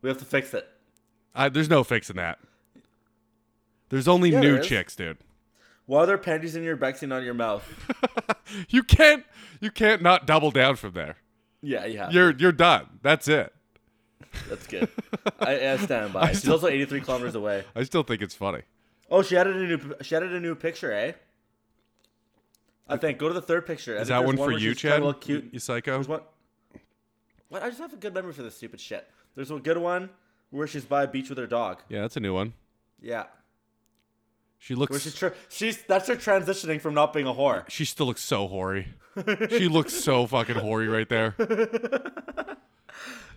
we have to fix it.
I, there's no fixing that. There's only
Yeah,
new
there is.
chicks, dude.
Why are there panties in your backseat, not in your mouth?
You can't. You can't not double down from there.
Yeah, yeah.
You're you're done. That's it.
<laughs> That's good. I, I stand
<laughs>
by. She's also 83 kilometers away.
I still think it's funny.
Oh, she added a new she added a new picture, eh? I think. Go to the third picture. I
Is
think
that
there's
one
where
for you,
she's trying
Chad?
to look cute.
You psycho.
There's one. What? I just have a good memory for this stupid shit. There's a good one where she's by a beach with her dog.
Yeah, that's a new one.
Yeah.
She looks.
Where she's tr- she's that's her transitioning from not being a whore.
She still looks
<laughs>
so hoary. she looks so fucking hoary right there.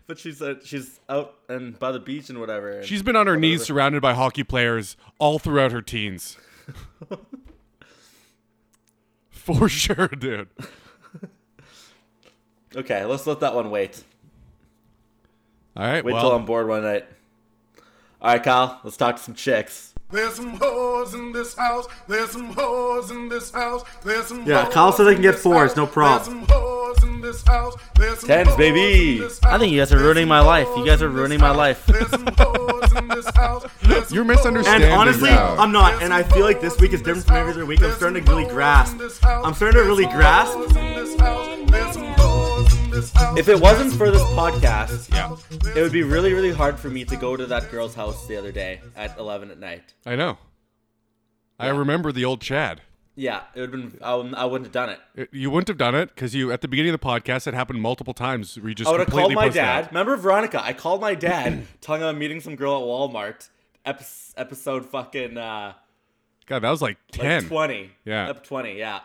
But she's uh, she's out and by the beach and whatever. and-
She's been on her knees surrounded by hockey players all throughout
<laughs>
her teens. For sure, dude.
okay, let's let that one wait.
All right,
Wait till
well,
I'm bored one night. All right, Kyle, let's talk to some chicks.
There's some hoes in this house. There's some hoes in this house. There's some
Yeah,
hoes
Kyle said they
in
can get
this
fours,
house.
no prob.
There's some hoes in this house. There's some
Tens,
hoes
baby.
in this
I think you guys are
house.
ruining my
There's
life.
some
You guys are
hoes in
ruining
this
my
house.
life.
There's some hoes in this this house. There's some
You're
hoes
misunderstanding.
in
Stand
And
this
honestly,
me down.
I'm not. And I feel like this week is different from every other week. I'm
house.
starting to really
There's some
grasp.
hoes in this house.
I'm starting to really
There's some
grasp.
hoes in this house. There's some hoes in this house.
If it wasn't for this podcast,
Yeah.
it would be really, really hard for me to go to that girl's house the other day at 11 at night.
I know. I remember the old Chad.
Yeah, it would have been, I, wouldn't- I wouldn't have done it.
It- you wouldn't have done it because you at the beginning of the podcast it happened multiple times. Where you just
I would have called
completely
my
pushed
dad.
that.
Remember Veronica? I called my dad, <clears throat> telling him I'm meeting some girl at Walmart. Epi- episode fucking uh,
God, that was like
like
ten.
20.
Yeah.
Up 20, yeah.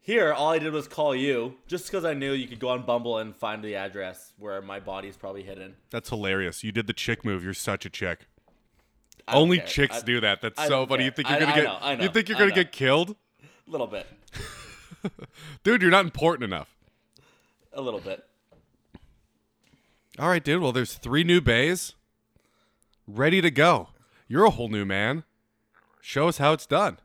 Here, all I did was call you just because I knew you could go on Bumble and find the address where my body's probably hidden.
That's hilarious. You did the chick move. You're such a chick.
I don't
Only
care.
chicks
I-
do that. That's
I
so
don't
funny. You
care.
think you're
I-
gonna
I
get
know, I know,
you think you're
I
gonna
know.
get killed,
A little bit.
dude? You're not important enough.
A little bit.
All right, dude. Well, there's three new bays ready to go. You're a whole new man. Show us how it's done.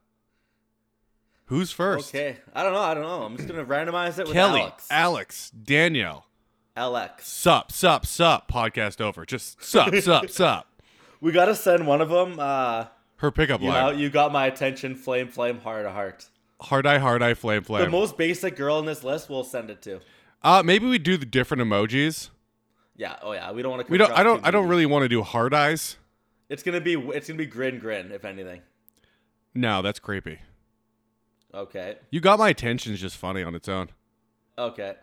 Who's first?
Okay. I don't know. I don't know. I'm just gonna randomize it with
Kelly,
Alex.
Alex, Danielle.
Alex.
Sup, sup, sup. Podcast over.
<laughs>
Just sup, sup, sup.
We gotta send one of them. Uh,
Her pickup
you,
line.
know, you got my attention. Flame, flame, heart, to heart.
Hard eye, hard eye, flame,
The
flame.
most basic girl in this list, we'll send it to.
uh, maybe we do the different emojis.
Yeah. Oh yeah. We don't want to.
We don't. I don't. I don't really want to do hard eyes.
It's gonna be. It's gonna be grin, grin. If anything.
No, that's creepy.
Okay.
You got my attention is just funny on its own.
Okay.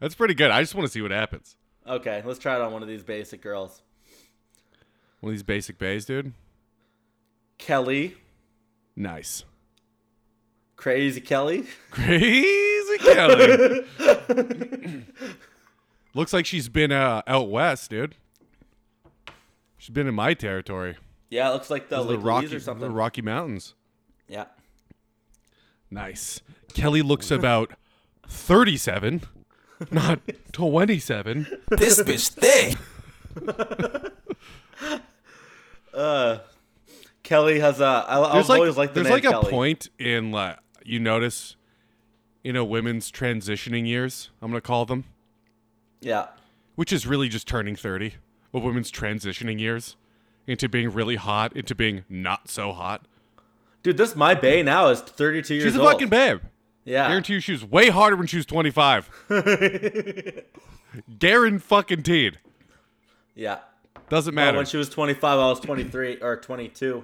That's pretty good. I just want to see what happens.
Okay. Let's try it on one of these basic girls.
One of these basic bays, dude.
Kelly,
Nice. <laughs>
crazy Kelly.
Crazy Kelly. Looks like she's been uh, out west, dude. She's been in my territory.
Yeah. It looks like the,
Those are
Lake
Rocky,
Louise or something.
the Rocky Mountains.
yeah.
Nice. Kelly looks about 37,
<laughs>
not 27.
This bitch thick.
Uh, Kelly has a. I, I've
There's like,
always liked the
there's
name
like
Kelly.
a point in like you notice in a women's transitioning years, I'm going to call them,
Yeah.
which is really just turning 30, a women's transitioning years into being really hot, into being not so hot.
Dude, this my bay now is 32 years
She's a
old.
fucking babe.
yeah.
Guarantee you she was way harder when she was 25. Guaranteed. fucking teed.
<laughs> Yeah.
Doesn't
Well,
matter.
when she was 25, I was 23 or 22,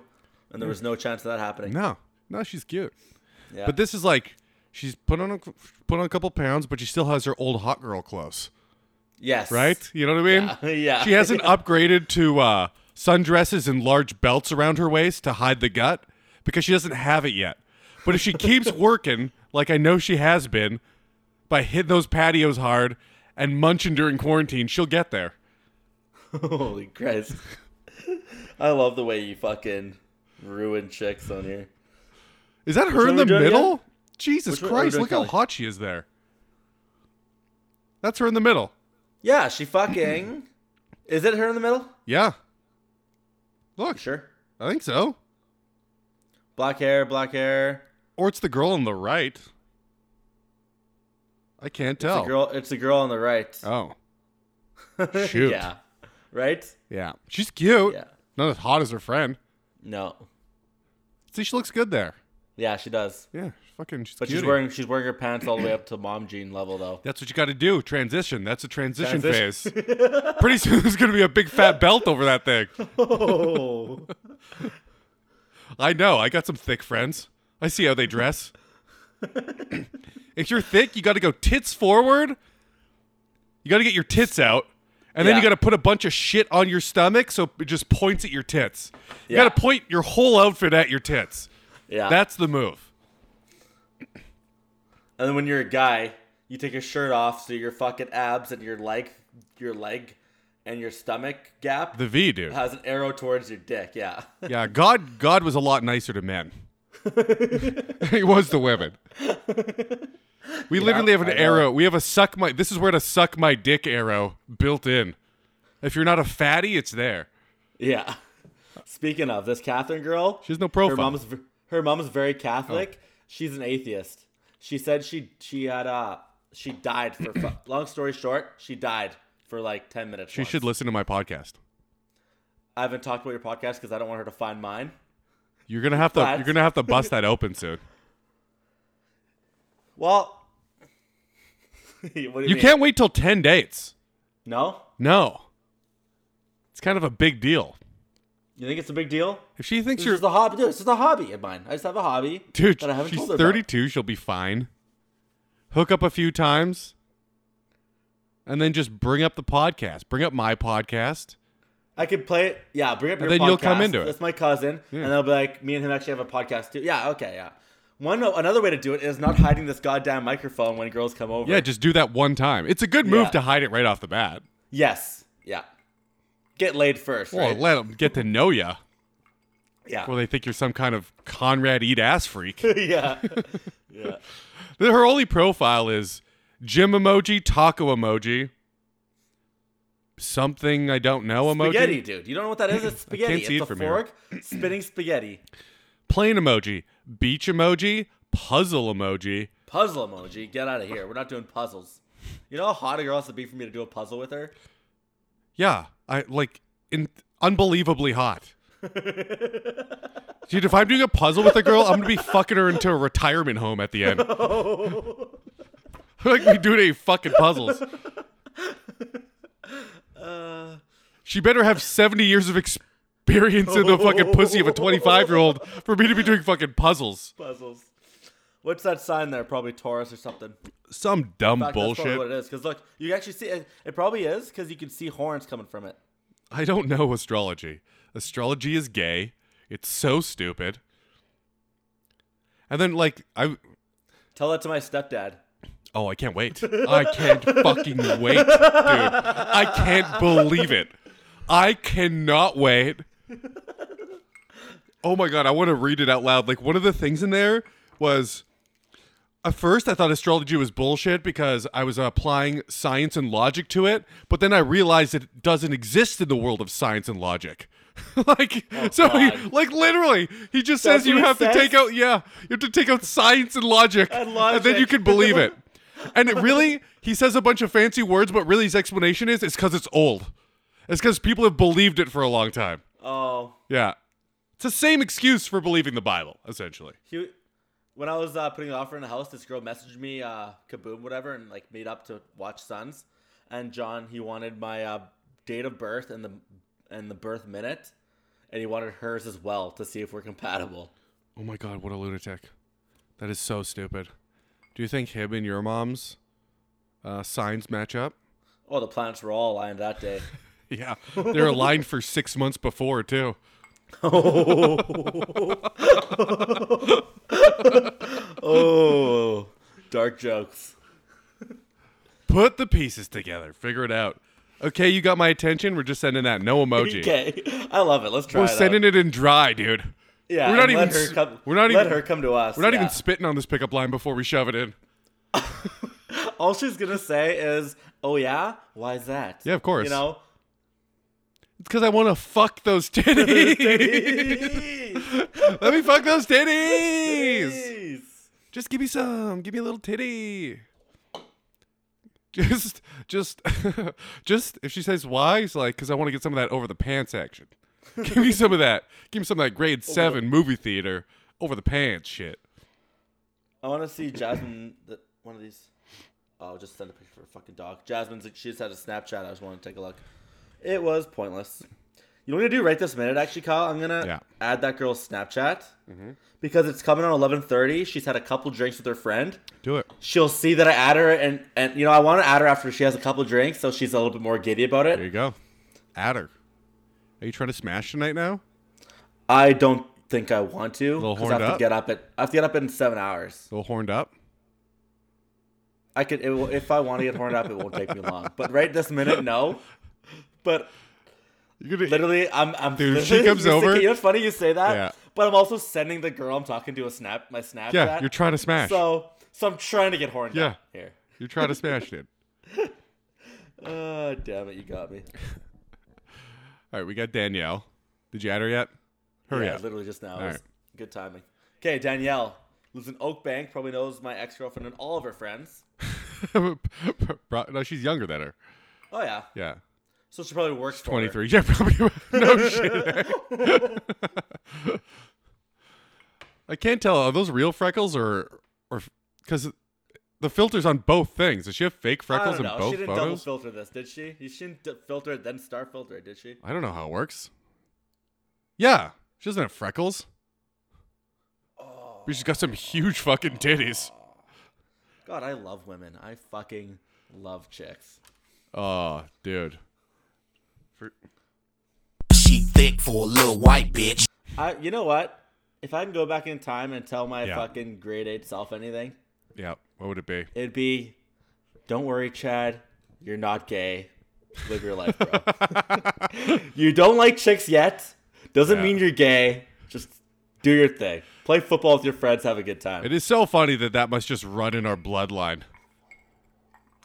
and there was no chance of that happening.
no, no, she's cute.
Yeah.
But this is like she's put on a, put on a couple pounds, but she still has her old hot girl clothes,
yes.
right? You know what I mean?
yeah.
She hasn't upgraded to uh, sundresses and large belts around her waist to hide the gut because she doesn't have it yet. But if she
<laughs>
keeps working, like I know she has been, by hitting those patios hard and munching during quarantine, she'll get there.
<laughs> Holy Christ. <laughs> I love the way you fucking ruin chicks on here.
Is that her
one
in
are
the
we doing
middle?
again?
Jesus
Which one are we
Christ!
doing,
Look how
Kelly?
hot she is there. That's her in the middle.
Yeah, she fucking. is it her in the middle?
Yeah. Look,
Sure.
I think so.
Black hair, black hair.
Or it's the girl on the right. I can't
It's
tell.
a girl. It's a girl on the right.
Oh.
<laughs>
Shoot.
yeah. Right?
Yeah. She's cute.
Yeah.
Not as hot as her friend.
No.
See, she looks good there.
Yeah, she does.
Yeah. she's Fucking she's
But she's
cutie.
wearing she's wearing her pants all the way up to mom jean level though.
That's what you gotta do. Transition. That's a transition,
Transition.
phase.
<laughs>
Pretty soon there's gonna be a big fat belt over that thing.
Oh.
<laughs> I know. I got some thick friends. I see how
<laughs>
they dress. if you're thick, you got to go tits forward. You got to get your tits out. And then you
Yeah.
got to put a bunch of shit on your stomach so it just points at your tits. You
Yeah.
got to point your whole outfit at your tits.
Yeah.
That's the move.
And then when you're a guy, you take your shirt off so your fucking abs and your leg, your leg, and your stomach gap
The V, dude.
has an arrow towards your dick. Yeah. <laughs>
Yeah, God God was a lot nicer to men. he was to women. We literally have an
I know.
arrow. We have a suck my this is where to suck my dick arrow built in. If you're not a fatty, it's there.
yeah. <laughs> Speaking of this Catherine girl,
She has no
Her
profile. Oh.
mom's v- her mom's very Catholic. She's an atheist.
<clears throat>
She said she she had uh she died for fu- long story short, she died for like 10 minutes.
She
once.
should listen to my podcast.
I haven't talked about your podcast because I don't want her to find mine.
You're gonna have to.
But-
You're gonna have to bust that
<laughs>
open soon.
Well, <laughs> what do you,
You,
mean?
can't wait till ten dates.
No?
No, it's kind of a big deal.
You think it's a big deal?
If she thinks
This
you're,
is the hobby. Dude, this is a hobby of mine. I just have a hobby
dude,
that I haven't
she's
told her about.
32. She'll be fine. Hook up a few times, and then just bring up the podcast. Bring up my podcast.
I could play it. Yeah, bring up
And
your
then you'll come
podcast.
into it.
That's my cousin,
Yeah.
and they'll be like, me and him actually have a podcast too. Yeah, okay, yeah. One another way to do it is not hiding this goddamn microphone when girls come over.
Yeah, just do that one time. It's a good move
Yeah.
to hide it right off the bat.
Yes. Yeah. Get laid first.
Well,
right?
let them get to know you.
Yeah.
Well, they think you're some kind of Conrad eat ass
<laughs>
freak. <laughs>
yeah. Yeah.
Her only profile is gym emoji, taco emoji, something I don't know emoji,
Spaghetti, dude. You don't know what
<laughs>
that is? It's spaghetti.
see
it's
it
a
from here.
fork spinning spaghetti.
plane emoji, beach emoji, puzzle emoji.
Puzzle emoji. Get out of here. We're not doing puzzles. You know how hot a girl has to be for me to do a puzzle with her?
Yeah, I like in, unbelievably hot. Dude, if I'm doing a puzzle with a girl, I'm gonna be fucking her into a retirement home at the end. <laughs> like we doing any fucking puzzles. She better have 70 years of experience in the fucking pussy of a 25 year old for me to be doing fucking puzzles.
Puzzles. What's that sign there? Probably Taurus or something.
Some dumb
fact, That's probably what
bullshit.
it is. Because look, you can actually see it. It probably is because you can see horns coming from it.
I don't know astrology. Astrology is gay. It's so stupid. And then, like, I.
Tell that to my stepdad.
Oh, I can't wait. I can't fucking wait, dude. I can't believe it. I cannot wait. Oh my god, I want to read it out loud. Like one of the things in there was at first I thought astrology was bullshit because I was applying science and logic to it, but then I realized it doesn't exist in the world of science and logic. <laughs> like so he,
Oh, God.
like literally he just
That's
says you
what it
have
says?
to take out yeah, you have to take out science and logic
And
and then you
logic.
can believe it. And it really, he says a bunch of fancy words, but really his explanation is it's because it's old. It's because people have believed it for a long time.
Oh,
Yeah. It's the same excuse for believing the Bible, essentially.
he. When I was uh, putting an offer in the house, this girl messaged me, uh, kaboom, whatever, and like made up to watch Suns. And John, he wanted my uh, date of birth and the and the birth minute, and he wanted hers as well to see if we're compatible.
Oh my God, what a lunatic. That is so stupid. Do you think him and your mom's uh, signs match up?
Oh, the planets were all aligned that day.
<laughs> Yeah. They're aligned for six months before, too.
oh, dark jokes.
Put the pieces together, figure it out. Okay, you got my attention. We're just sending that no emoji.
Okay, I love it. Let's try.
We're
it out.
sending it in dry, dude.
Yeah,
we're not
and
even.
Let her
s-
come,
we're not
let
even.
her come to us.
We're not
yeah.
even spitting on this pickup line before we shove it in.
All she's gonna say is, "Oh yeah, why is that?"
Yeah, of course.
You
<laughs>
know.
It's because I want to fuck those
<laughs>
titties. Let me fuck those titties. Just give me some. Give me a little titty. Just, just, <laughs> just. If she says why, it's like because I want to get some of that over the pants action. Give me some of that. Give me some of that grade seven movie theater over the pants shit.
I want to see Jasmine. The, one of these. Oh, I'll just send a picture for a fucking dog. Jasmine's. She just had a Snapchat. I just want to take a look. It was pointless. You know what I'm gonna do right this minute, actually, Kyle. I'm gonna
Yeah.
add that girl's Snapchat because it's coming on 11:30. She's had a couple drinks with her friend.
Do it.
She'll see that I add her, and and you know I want to add her after she has a couple drinks, so she's a little bit more giddy about it.
There you go. Add her. Are you trying to smash tonight now?
I don't think I want to
Little
because I have
horned
to
up?
get up at I have to get up in seven hours.
A little horned up.
I could it, will- if I want to get horned up, it won't take me long. But right this minute, no. But
You're gonna
literally, I'm I'm.
Dude, if
<laughs>
she comes
you're
over-
thinking- you know, it's funny you say that.
Yeah.
But I'm also sending the girl I'm talking to a snap, my Snapchat.
Yeah, you're trying to smash.
So so I'm trying to get horned
Yeah.
up here.
You're trying to smash it.
Oh damn it, you got me.
All right, we got Danielle. Did you add her yet? Hurry
yeah,
up. <laughs>
literally just now. It
All
was
right.
Good timing. Okay, Danielle lives in Oak Bank. Probably knows my ex girlfriend and all of her friends.
Pro- no, she's younger than her.
Oh yeah.
Yeah.
So she probably works for her.
23. Yeah, probably. <laughs> No shit. <laughs> I can't tell. Are those real freckles or. or Because the filter's on both things. Does she have fake freckles
I don't
in
know.
both
she didn't double
photos?
filter this, did she? You shouldn't d- filter it, then star filter it, did she?
I don't know how it works. Yeah. She doesn't have freckles. But she's got some huge fucking titties.
God, I love women. I fucking love chicks.
Oh, dude.
She thick for a little white bitch.
I, you know what? If I can go back in time and tell my
Yeah.
fucking grade eight self anything,
Yeah. What would it be?
it'd be, "Don't worry, Chad, you're not gay. Live your life, bro.
<laughs>
you don't like chicks yet. Doesn't
Yeah.
mean you're gay. Just do your thing. Play football with your friends. Have a good time.
It is so funny that that must just run in our bloodline.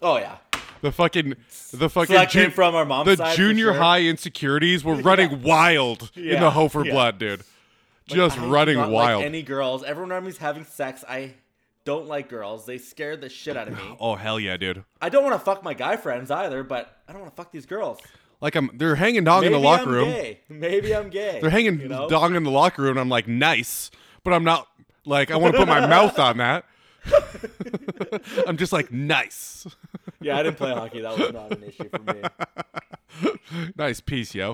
Oh yeah.
The fucking, the fucking.
that came from our mom's
The
side for sure?
junior high insecurities
<laughs>
were running wild in the
Yeah,
Hofer
yeah.
blood, dude.
Like,
Just
I do
running
not like
wild.
any girls? Everyone around me's having sex. I don't like girls. They scare the shit out of me.
oh hell yeah, dude!
I don't want to fuck my guy friends either, but I don't want to fuck these girls.
Like I'm, they're hanging dong in the
Maybe
locker
I'm
room.
Gay. Maybe I'm gay.
They're hanging
you know?
dong in the locker room, and I'm like, nice, but I'm not like I want to put my mouth on that. <laughs> I'm just like, nice. <laughs>
Yeah, I didn't play hockey. That was not an issue for me.
nice piece, yo.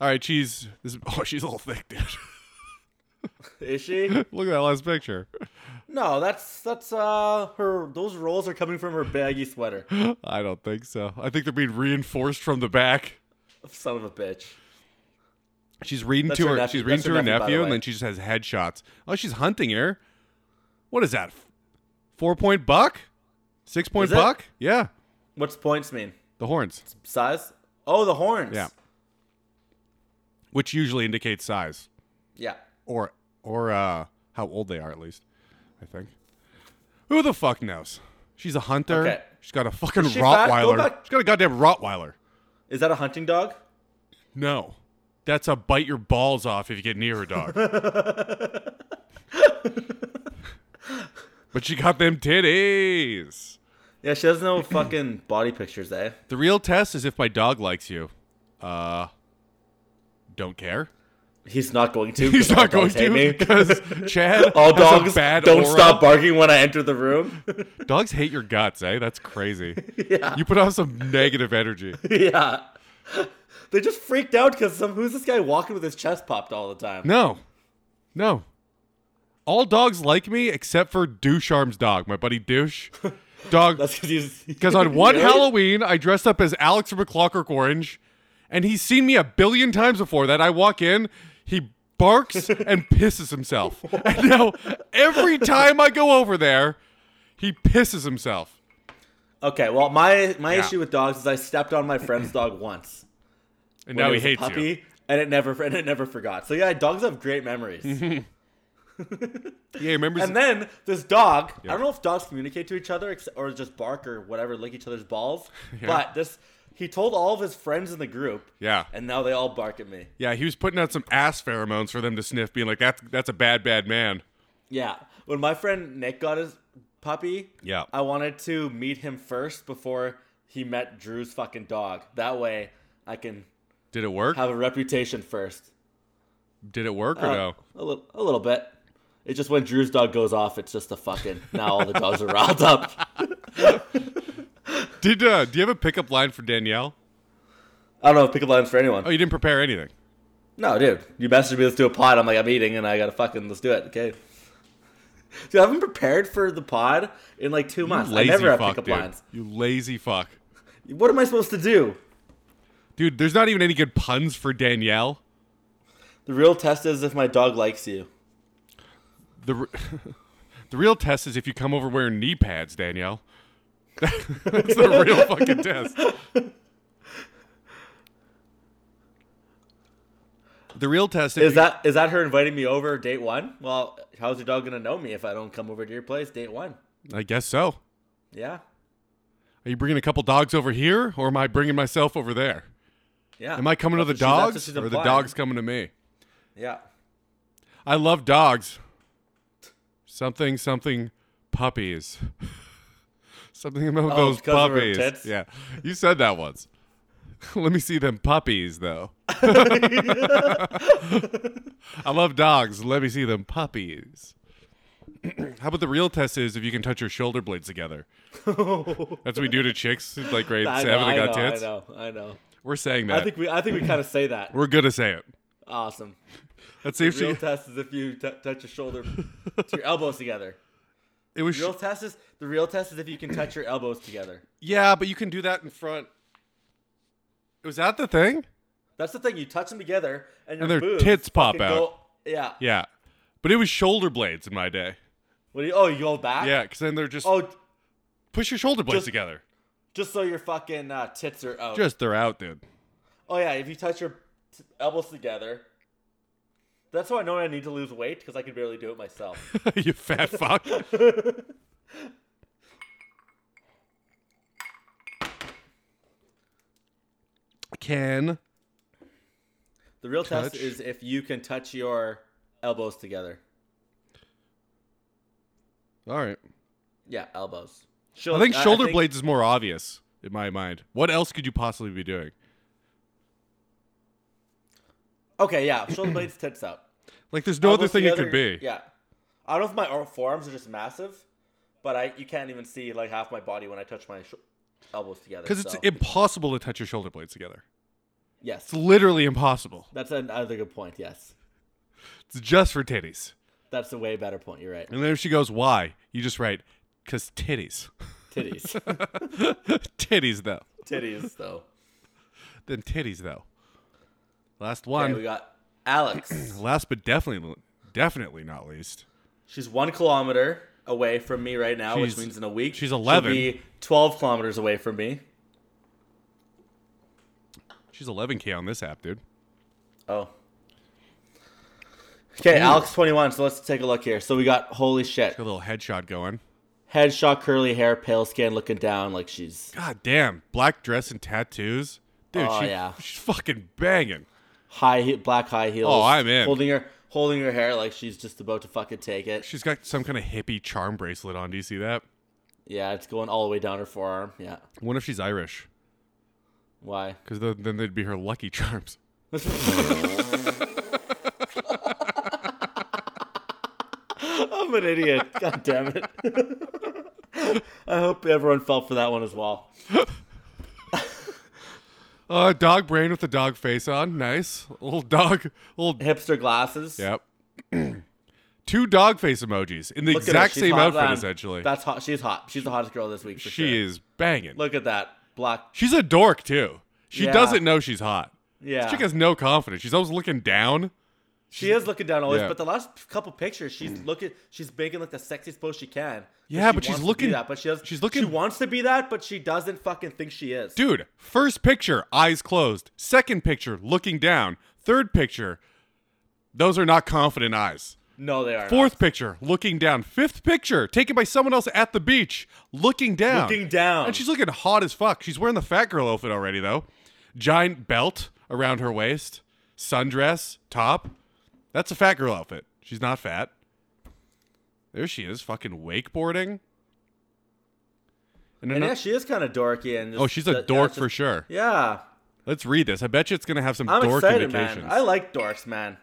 All right, she's this. <laughs> Oh, she's a little thick, dude. <laughs>
Is she?
Look at that last picture.
No, that's that's uh her. Those rolls are coming from her baggy sweater.
I don't think so. I think they're being reinforced from the back.
Son of a bitch.
She's reading
That's
to
her
her.
nephew-
She's reading
that's
to
her
her
nephew, by
nephew,
the way.
and then she just has headshots. Oh, she's hunting her. What is that? Four point buck? Six point
Is it?
buck? Yeah,
What's points mean?
the horns,
Size? Oh, the horns.
Yeah. which usually indicates size
Yeah.
or or uh, how old they are at least. I think. Who the fuck knows? She's a hunter.
Okay.
She's got a fucking
Is she fat? Go
Rottweiler.
back-
She's got a goddamn Rottweiler.
Is that a hunting dog?
No, that's a bite your balls off if you get near
<laughs>
her dog. but she got them titties.
Yeah, she doesn't know fucking body pictures, eh?
The real test is if my dog likes you. Uh, don't care.
He's not going to.
He's
'cause all
not going
dogs hate
to
me. <laughs>
<laughs> because Chad.
All
has a
dogs
bad
don't
aura.
stop barking when I enter the room. <laughs>
Dogs hate your guts, eh? That's crazy. You put off some negative energy.
yeah. <laughs> They just freaked out because some who's this guy walking with his chest popped all the time?
No, no. All dogs like me except for Doucharm's dog, my buddy Douche.
<laughs> <laughs>
Dog.
That's because he's <laughs>
Because on one
Really?
Halloween, I dressed up as Alex from A Clockwork Orange, and he's seen me a billion times before that. I walk in, he
<laughs>
barks and pisses himself. And now, every time I go over there, he pisses himself.
Okay, well my my
Yeah.
issue with dogs is I stepped on my friend's dog once.
And
when
now he
was a
hates you.
and it never and it never forgot. So yeah, dogs have great memories.
Mm-hmm. Yeah, remember?
And then this dog, I don't know if dogs communicate to each other ex- or just bark or whatever, lick each other's balls.
<laughs> Yeah.
But this, he told all of his friends in the group,
yeah.
and now they all bark at me.
Yeah, he was putting out some ass pheromones for them to sniff, being like, that's, that's a bad, bad man.
Yeah. When my friend Nick got his puppy,
Yeah.
I wanted to meet him first before he met Drew's fucking dog. That way, I can
Did it work?
have a reputation first.
Did it work or
Uh,
no?
A little, a little bit. It's just when Drew's dog goes off, it's just a fucking. Now all the dogs are riled up. <laughs>
Did uh, Do you have a pickup line for Danielle?
I don't know if pick up lines for anyone.
Oh, you didn't prepare anything.
No, dude. You messaged me, let's do a pod. I'm like, I'm eating and I gotta fucking, let's do it. Okay. <laughs> Dude, I haven't prepared for the pod in like two months. I
Lazy
never have
fuck,
pickup
dude.
lines.
You lazy fuck.
What am I supposed to do?
Dude, there's not even any good puns for Danielle.
The real test is if my dog likes you.
The, re- <laughs> the real test is if you come over wearing knee pads, Danielle. <laughs> That's the real fucking test. The real test if
Is
you-
that is that her inviting me over date one? Well, how's your dog gonna know me if I don't come over to your place date one?
I guess so.
Yeah.
Are you bringing a couple dogs over here, or am I bringing myself over there?
Yeah.
Am I coming to the
That's what she- that's what
dogs,
she's
or the
implying.
dogs coming to me?
Yeah. <laughs>
I love dogs. Something, something, puppies. <laughs> Something about
Oh,
those
because of her
puppies.
tits?
Yeah, you said that once. <laughs> Let me see them puppies, though. <laughs> I love dogs. Let me see them puppies. <clears throat> How about the real test is if you can touch your shoulder blades together? That's what we do to chicks like
<laughs>
grade
I know,
seven
I
that got
know,
tits.
I know, I know.
We're saying that.
I think we, I think we kind of say that.
We're gonna say it.
Awesome.
Let's see if
The real
<laughs> she.
test is if you t- touch your shoulder to your elbows together.
It was sh-
real test is the real test is if you can touch your elbows together.
yeah, but you can do that in front. Was that the thing?
That's the thing. You touch them together, and,
And
your
their
boobs
tits pop
fucking
out.
go- yeah.
Yeah, but it was shoulder blades in my day.
What do you, oh, you go back.
Yeah, because then they're just
Oh,
push your shoulder blades
just-
together.
just so your fucking uh, tits are out.
Just they're out, dude. <laughs>
Oh yeah, if you touch your t- elbows together. That's why I know I need to lose weight because I can barely do it myself.
you fat fuck. Can
The real test
Touch.
is if you can touch your elbows together.
all right.
Yeah, elbows.
I think shoulder blades is more obvious in my mind. What else could you possibly be doing?
Okay, yeah, shoulder blades, tits out.
Like, there's no other
Elbows
thing it
together,
could be.
Yeah, I don't know if my ar- forearms are just massive, but I you can't even see like half my body when I touch my sh- elbows together.
Because it's
so-
impossible to touch your shoulder blades together.
yes,
It's literally impossible.
that's another good point. Yes,
It's just for titties.
that's a way better point. You're right.
And then if she goes, why? You just write, because titties. <laughs>
Titties,
titties, though.
titties though.
Then titties, though. Last
Okay,
one.
we got Alex.
Last but definitely, definitely not least.
She's one kilometer away from me right now,
She's-
which means in a week
she's
she'll
11.
be twelve kilometers away from me.
She's 11K on this app, dude.
Oh. Okay, Alex twenty one. So let's take a look here. So we got holy shit.
Got a little headshot going.
Headshot, curly hair, pale skin, looking down like she's
God damn. Black dress and tattoos. Dude,
Oh,
she,
yeah.
she's fucking banging.
high he- black high heels.
Oh, I'm in.
Holding her holding her hair like she's just about to fucking take it.
She's got some kind of hippie charm bracelet on. Do you see that?
Yeah, it's going all the way down her forearm. Yeah.
I wonder if she's Irish. <laughs>
Why?
Because then, then they'd be her lucky <laughs> charms.
I'm an idiot. <laughs> God damn it. <laughs> I hope everyone fell for that one as well.
Uh, dog brain with the dog face on. Nice. Little dog. Little.
<laughs> Hipster glasses.
Yep. <clears throat> Two dog face emojis in the
Look at her,
exact
she's
same
hot,
outfit,
man.
essentially.
That's hot. She's hot. She's the hottest girl this week for
she
sure.
is banging.
Look at that. Black.
She's a dork, too. She
Yeah.
doesn't know she's hot.
Yeah.
This chick has no confidence. She's always looking down.
She is looking down always,
Yeah. Mm.
but the last couple pictures, she's looking. She's making like the sexiest pose she can. 'Cause
Yeah,
she
but she's
wants to be
looking-
that, but she does,
she's looking-
She wants to be that, but she doesn't fucking think she is.
Dude, first picture, eyes closed. Second picture, looking down. Third picture, those are not confident eyes.
No, they are.
Fourth picture, looking down. Fifth picture, taken by someone else at the beach, looking down.
Looking down.
And she's looking hot as fuck. She's wearing the fat girl outfit already, though. Giant belt around her waist, sundress, top. That's a fat girl outfit. She's not fat. There she is, fucking wakeboarding.
And
And ano-
yeah, she is kind of dorky. And just,
oh, she's a
that- yeah,
dork
just-
for sure.
Yeah,
Let's read this. I bet you it's going to have some
I'm
dork
excited,
indications.
man. I like dorks, man.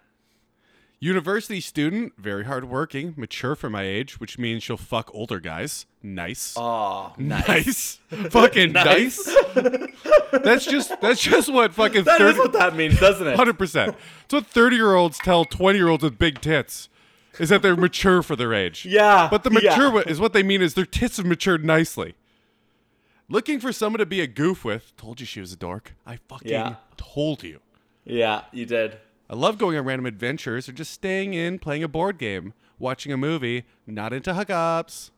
University student, very hardworking, mature for my age, which means she'll fuck older guys. Nice.
Oh,
nice. <laughs> fucking nice. that's just that's just what fucking
that is
30
what that means, doesn't
<laughs>
it?
100%. That's what 30-year-olds tell 20-year-olds with big tits is that they're mature for their age.
Yeah,
But the
yeah.
mature wa- is what they mean is their tits have matured nicely. Looking for someone to be a goof with. Told you she was a dork. I fucking
Yeah.
told you.
Yeah, you did.
I love going on random adventures or just staying in, playing a board game, watching a movie, not into hookups.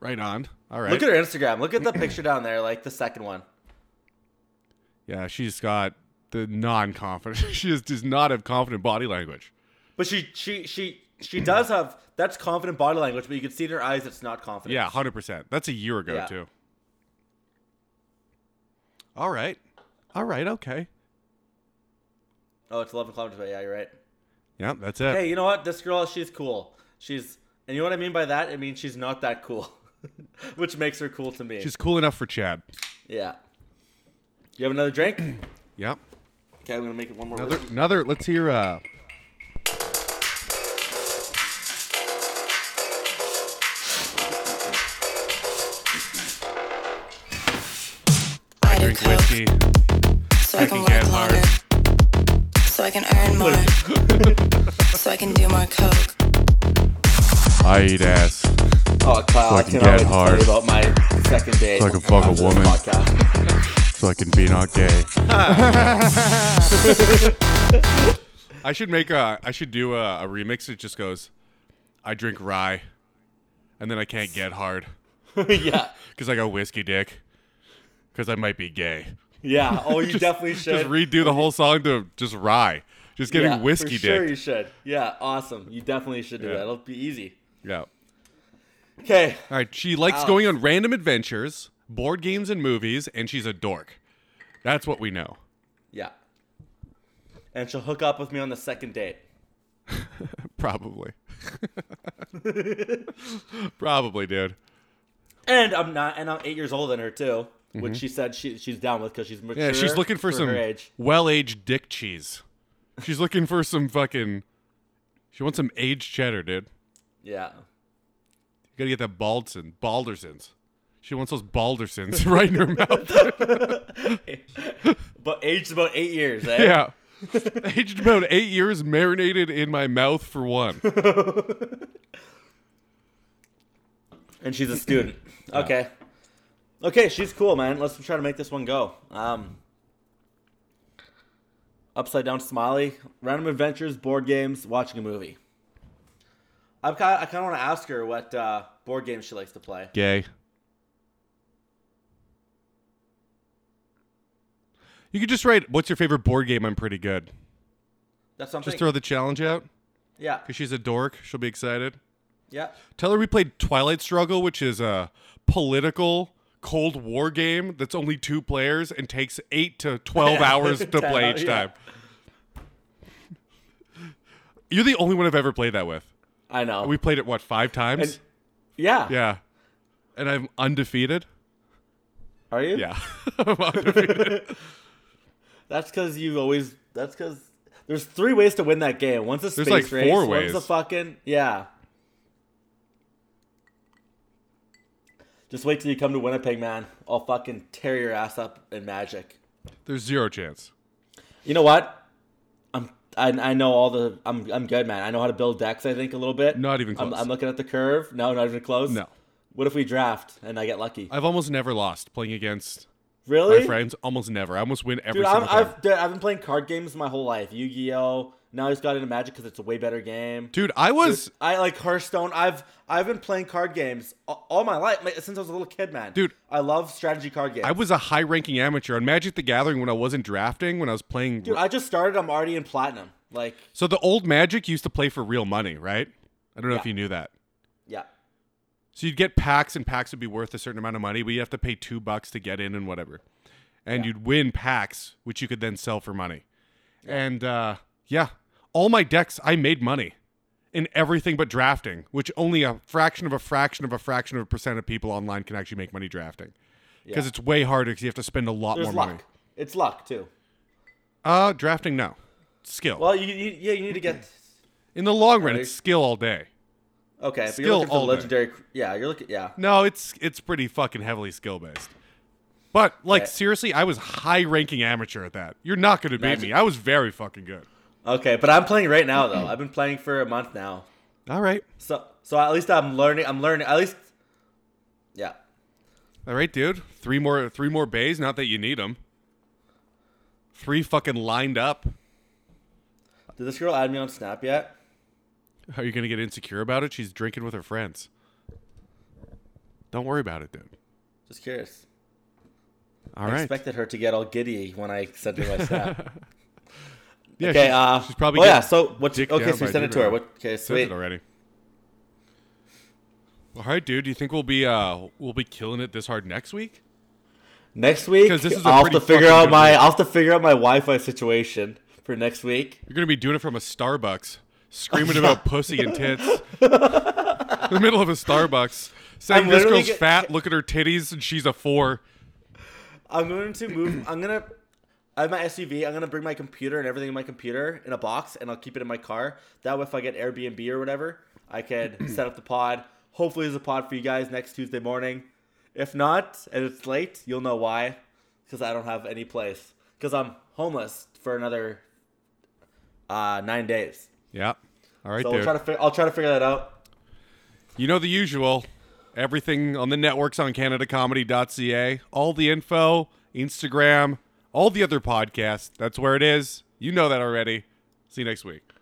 Right on. All right.
Look at her Instagram. Look at the picture down there, like the second one.
Yeah, she's got the non confident. <laughs> she just does not have confident body language.
But she she she she does have that's confident body language, but you can see in her eyes it's not confident.
Yeah, 100%. That's a year ago,
Yeah.
too. All right. All right. Okay.
Oh, it's eleven kilometers away. Yeah, you're right.
Yeah, that's it.
Hey, you know what? This girl, she's cool. <laughs> She's and you know what I mean by that? I mean she's not that cool. which makes her cool to me.
She's cool enough for Chad.
Yeah. You have another drink? <clears throat> okay,
Yep.
I'm gonna make it one more.
Another,
whiskey.
another. Let's hear. uh I drink whiskey.
so I can work longer, so I can
<laughs>
earn more, so I can do more coke.
I eat ass.
Oh, Kyle,
so I
I cannot wait
can get
to tell
hard.
you about my second date.
so I can fuck
after
a
this
woman.
podcast. <laughs>
So I can be not gay. <laughs> I should make a. I should do a, a remix. that just goes. I drink rye, and then I can't get hard
yeah,
because I got whiskey dick. Because I might be gay. <laughs>
yeah. Oh, you definitely should.
Just redo the whole song to just rye. Just getting
Yeah, for
whiskey
Sure,
dick.
you should. Yeah, awesome. You definitely should do
Yeah.
that. It'll be easy.
yeah.
Okay.
All right. She likes
Alex.
going on random adventures, board games, and movies, and she's a dork. That's what we know.
Yeah. And she'll hook up with me on the second date.
Probably. <laughs> Probably, dude.
And I'm not. And I'm eight years older than her too, which she said she she's down with because she's mature.
Mm-hmm. Yeah, she's looking for, some
her age.
well-aged dick cheese. She's looking for some fucking. She wants some aged cheddar, dude.
Yeah.
You gotta get that Baldson, Baldersons. She wants those Baldersons <laughs> right in her mouth.
But aged about eight years. Eh?
<laughs> Yeah. Aged about eight years, marinated in my mouth for one.
And she's a
<laughs>
student. Okay. Okay, she's cool, man. Let's try to make this one go. Um, upside down smiley, random adventures, board games, watching a movie. I've kind I kind of want to ask her what uh, board games she likes to play.
Gay. You could just write, "What's your favorite board game?" I'm pretty good.
That's something.
Just throw the challenge out.
yeah,
Cause she's a dork. She'll be excited.
yeah.
Tell her we played Twilight Struggle, which is a political Cold War game that's only two players and takes eight to
<laughs>
12 hours to
Ten
play
hours,
each
yeah.
time. You're the only one I've ever played that with.
I know.
We played it, what, five times?
And- yeah.
yeah. And I'm undefeated?
Are you?
Yeah. <laughs> I'm undefeated. <laughs>
That's because you always. That's because there's three ways to win that game. One's a space
There's, like,
race.
four
One's a
ways.
fucking yeah. Just wait till you come to Winnipeg, man. I'll fucking tear your ass up in magic.
There's zero chance.
You know what? I'm. I, I know all the. I'm. I'm good, man. I know how to build decks. I think a little bit.
Not even
I'm,
close.
I'm looking at the curve. No, not even close.
No.
What if we draft and I get lucky?
I've almost never lost playing against
really?
my friends. Almost never. I almost win every
Dude, I'm,
single time.
I've, dude, I've been playing card games my whole life. Yu-Gi-Oh. Now I just got into Magic because it's a way better game.
Dude, I was.
I like Hearthstone. I've I've been playing card games a- all my life like, since I was a little kid, man.
Dude.
I love strategy card games.
I was a high ranking amateur on Magic the Gathering when I wasn't drafting, when I was playing.
Dude, I just started. I'm already in platinum. Like,
so the old Magic used to play for real money, right? I don't know if
Yeah.
you knew that.
yeah,
So you'd get packs, and packs would be worth a certain amount of money, but you'd have to pay two bucks to get in and whatever. And you'd win packs, which you could then sell for money. And uh, yeah, all my decks, I made money in everything but drafting, which only a fraction of a fraction of a fraction of a percent of people online can actually make money drafting. Because
Yeah.
it's way harder because you have to spend a lot
there's
more
luck.
money.
It's luck too.
Uh, drafting, no. Skill.
Well, you, you yeah, you need to
<clears throat>
get
In the long run,
Alright.
it's skill all day.
okay. But you're
Skill
looking for the
all day.
legendary. Yeah, you're looking. Yeah,
No, it's it's pretty fucking heavily skill based. But like
Yeah.
seriously, I was high ranking amateur at that. You're not gonna beat
Imagine-
me. I was very fucking good.
okay. But I'm playing right now though. I've been playing for a month now.
All right,
So so at least I'm learning. I'm learning. At least, yeah.
all right, dude. Three more three more bays. Not that you need them. Three fucking lined up.
Did this girl add me on Snap yet?
Are you gonna get insecure about it? She's drinking with her friends. Don't worry about it, dude.
Just curious.
All
I
right.
expected her to get all giddy when I sent her
<laughs>
my Snap.
yeah,
Okay.
she's,
uh,
she's probably
Oh yeah.
getting
So what?
dicked
Okay.
down
So
by
you sent it to
Jupiter.
her. What, okay.
Sent
Sweet.
it already. All right, dude. Do you think we'll be uh we'll be killing it this hard next week?
Next week,
'Cause this is a
I'll have
pretty
to figure
fucking
out
good
my
week.
I'll have to figure out my Wi-Fi situation for next week.
You're gonna be doing it from
<laughs>
a Starbucks, screaming about pussy and tits in the middle of a Starbucks, Saying
I'm
this
literally
girl's
get-
fat, look at her titties, and she's a four.
I'm going to move. I'm gonna. I have my SUV. I'm gonna bring my computer and everything in my computer in a box, and I'll keep it in my car. That way, if I get Airbnb or whatever, I can set up the pod. Hopefully, there's a pod for you guys next Tuesday morning. If not, and it's late, you'll know why, because I don't have any place. Because I'm homeless for another uh, nine days.
Yeah. All right,
so
dude.
I'll try to. Fi- I'll try to figure that out.
You know the usual. Everything on the networks on CanadaComedy.ca. All the info, Instagram, all the other podcasts. That's where it is. You know that already. See you next week.